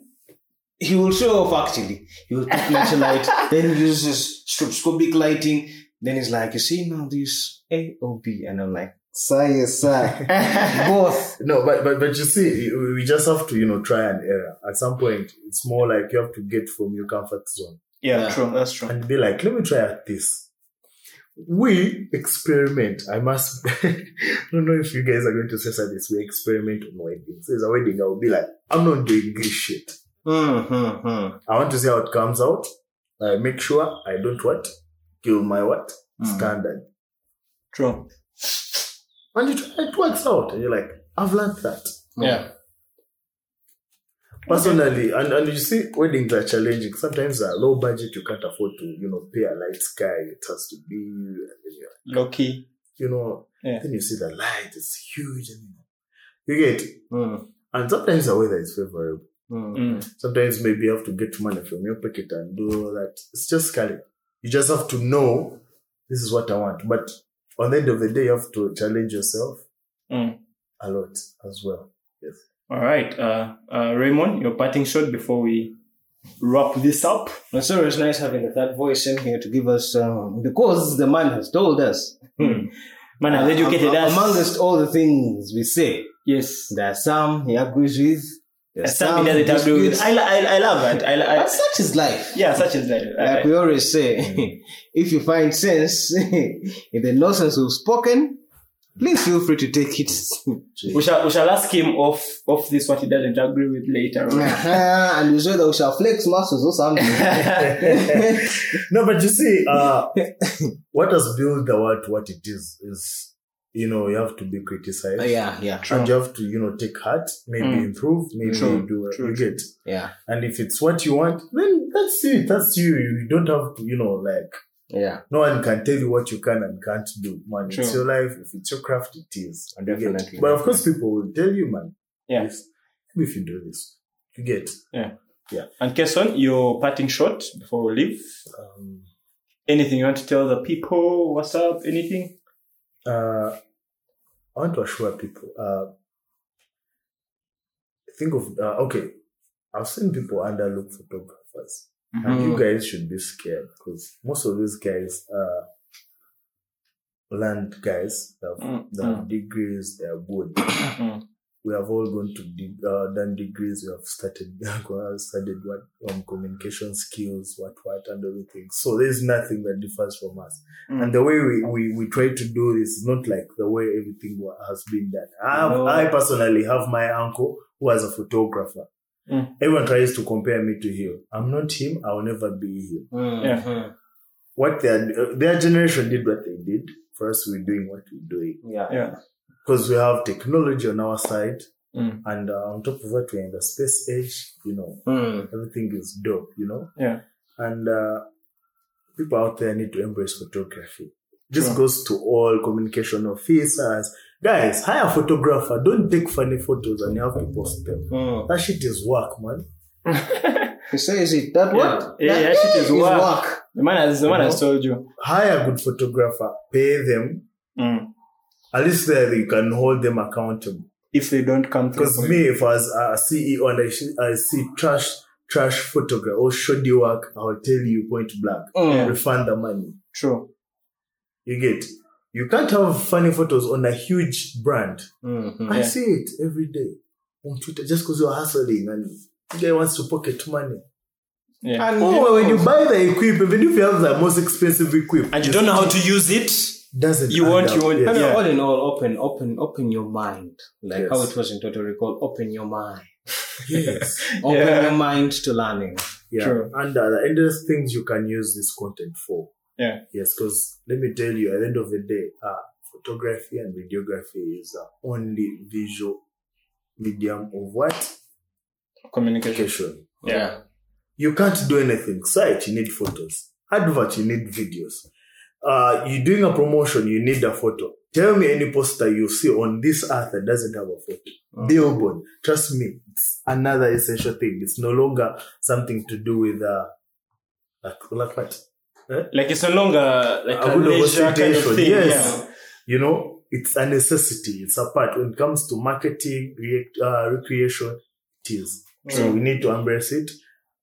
S3: he will show off actually. He will take naturalite, then uses stroboscopic lighting. Then he's like, you see now this A O B, and I'm like, sir, yes, sir, both.
S1: No, but, but but you see, we- we just have to you know try and error. At some point, it's more like you have to get from your comfort zone
S2: Yeah,
S3: Yeah.
S2: true. That's true.
S1: and be like, let me try at this. We experiment. I must. I don't know if you guys are going to censor this. We experiment on weddings. There's a wedding. I will be like, I'm not doing this shit.
S3: Mm-hmm.
S1: I want to see how it comes out. I make sure I don't what kill my what
S3: Mm.
S1: standard.
S2: True.
S1: and it, it works out. And you're like, I've learned that
S2: Yeah.
S1: personally. And, and you see, weddings are challenging. Sometimes a low budget, you can't afford to, you know, pay a light sky. It has to be, and then you,
S2: Low key.
S1: you know,
S2: Yeah.
S1: then you see the light is huge, and you get. it.
S3: Mm.
S1: And sometimes the weather is favorable.
S3: Mm.
S2: Mm.
S1: Sometimes maybe you have to get money from your pocket and do all that. It's just scary. You just have to know this is what I want. But on the end of the day, you have to challenge yourself
S2: Mm.
S1: a lot as well.
S2: All right, uh, uh, Raymond, your parting shot before we wrap this up.
S3: Well, so it's nice having a third voice in here to give us, um, because the man has told us,
S2: Hmm. Man has educated
S3: Am-
S2: us.
S3: amongst all the things we say,
S2: yes.
S3: there are some he agrees with, there are
S2: Some he doesn't agree with.
S3: disputes.
S2: I, li- I, I love that. I, li- I,
S3: But such is life.
S2: yeah, such as that.
S3: Like
S2: I,
S3: we always say, if you find sense in the nonsense we've spoken, please feel free to take it.
S2: we shall we shall ask him off off this what he doesn't agree with later on.
S3: Uh-huh, and we say that we shall flex muscles or Oh, something.
S1: No, but you see, uh, what has built the world to what it is is, you know, you have to be criticized.
S3: Oh, yeah, yeah,
S1: And you have to, you know, take heart, maybe
S2: Mm.
S1: improve, maybe
S2: True,
S1: do what
S2: true,
S1: you
S2: true.
S1: get.
S3: yeah,
S1: And if it's what you want, then that's it. That's you. You don't have to, you know, like,
S3: yeah,
S1: no one can tell you what you can and can't do, man. It's
S2: True.
S1: your life. If it's your craft, it is. And you get it.
S3: Definitely,
S1: But of course, people will tell you, man.
S2: Yeah.
S1: Yes. Maybe if you do this, you get.
S2: And Kesson, your parting shot before we leave.
S1: Um,
S2: Anything you want to tell the people? What's up? Anything?
S1: uh, I want to assure people. Uh, think of uh, okay. I've seen people underlook photographers,
S2: Mm-hmm.
S1: and you guys should be scared because most of these guys uh, are land guys. They have,
S2: Mm,
S1: they have degrees. They are good.
S2: Mm.
S1: we have all gone to de- uh, done degrees. We have started studied what um, communication skills, what what, and everything. So there's nothing that differs from us.
S2: Mm.
S1: And the way we, we, we try to do this is not like the way everything wa- has been done. I, have,
S2: No.
S1: I personally have my uncle who was a photographer.
S2: Mm.
S1: Everyone tries to compare me to him. I'm not him. I will never be him.
S3: yeah,
S1: What their their generation did what they did. For us, we're doing what we're doing
S3: yeah,
S2: Yeah.
S1: because we have technology on our side,
S2: Mm.
S1: and uh, on top of that, we're in the space age. You know,
S3: Mm.
S1: everything is dope. You know,
S2: Yeah.
S1: and uh, people out there need to embrace photography. This
S2: Sure.
S1: goes to all communication officers. Guys, hire a photographer. Don't take funny photos and you have to post them.
S2: Oh.
S3: Mm.
S1: That shit is work, man.
S3: He says it that what?
S2: Yeah, yeah, shit is
S3: is
S2: work.
S3: work.
S2: The man has the man has told you.
S1: Hire a good photographer. Pay them.
S2: Mm.
S1: At least there you can hold them accountable.
S2: If they don't come through,
S1: Because
S2: for
S1: me,
S2: you.
S1: if I was a CEO and I, sh- I see trash, trash oh, photograph or shoddy work, I'll tell you point blank.
S3: Mm.
S1: Refund the money.
S2: true.
S1: You get. You can't have funny photos on a huge brand.
S3: Mm-hmm.
S1: I
S2: Yeah.
S1: see it every day on Twitter just because you're hustling and the guy wants to pocket money.
S2: Yeah.
S3: And
S1: Oh, when you buy the equip, even if you have the most expensive equip,
S2: And you don't know how to use it.
S1: doesn't
S2: you
S1: add
S2: want-
S1: up.
S2: you want-
S3: I mean,
S1: Yes.
S2: Yeah.
S3: all in all, open, open, open your mind. Like
S1: Yes.
S3: how it was in Total Recall, open your mind.
S1: yes.
S3: Open
S2: Yeah.
S3: your mind to learning.
S1: Yeah.
S2: True.
S1: And uh, the endless things you can use this content for.
S2: Yeah.
S1: Yes, because let me tell you, at the end of the day, uh, photography and videography is uh, only visual medium of what?
S2: Communication.
S1: Communication.
S2: Yeah.
S1: You can't do anything. Site, you need photos. Advert, you need videos. Uh, you're doing a promotion, you need a photo. Tell me any poster you see on this earth that doesn't have a photo. Billboard. Trust me, it's another essential thing. It's no longer something to do with uh, like, like what?
S2: Like it's no longer like
S1: A
S2: a,
S1: good
S2: leisure kind of
S1: representation,
S2: thing.
S1: yes.
S2: Yeah.
S1: you know it's a necessity it's a part when it comes to marketing react, uh, recreation it is
S2: Mm.
S1: so we need to embrace it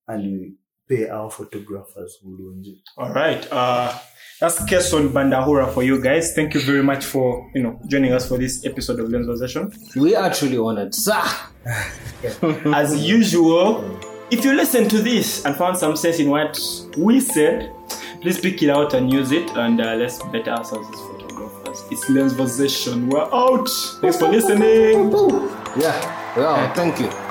S1: and we pay our photographers Mulunji.
S2: All right. Uh, that's Kesson Bandahura for you guys. Thank you very much for you know joining us for this episode of Lens Possession.
S3: We are truly honored. Sir!
S2: As usual, if you listen to this and found some sense in what we said, please pick it out and use it, and uh, let's better ourselves as photographers. It's Lens Possession. We're out. Thanks for listening.
S3: Yeah. Well, thank you.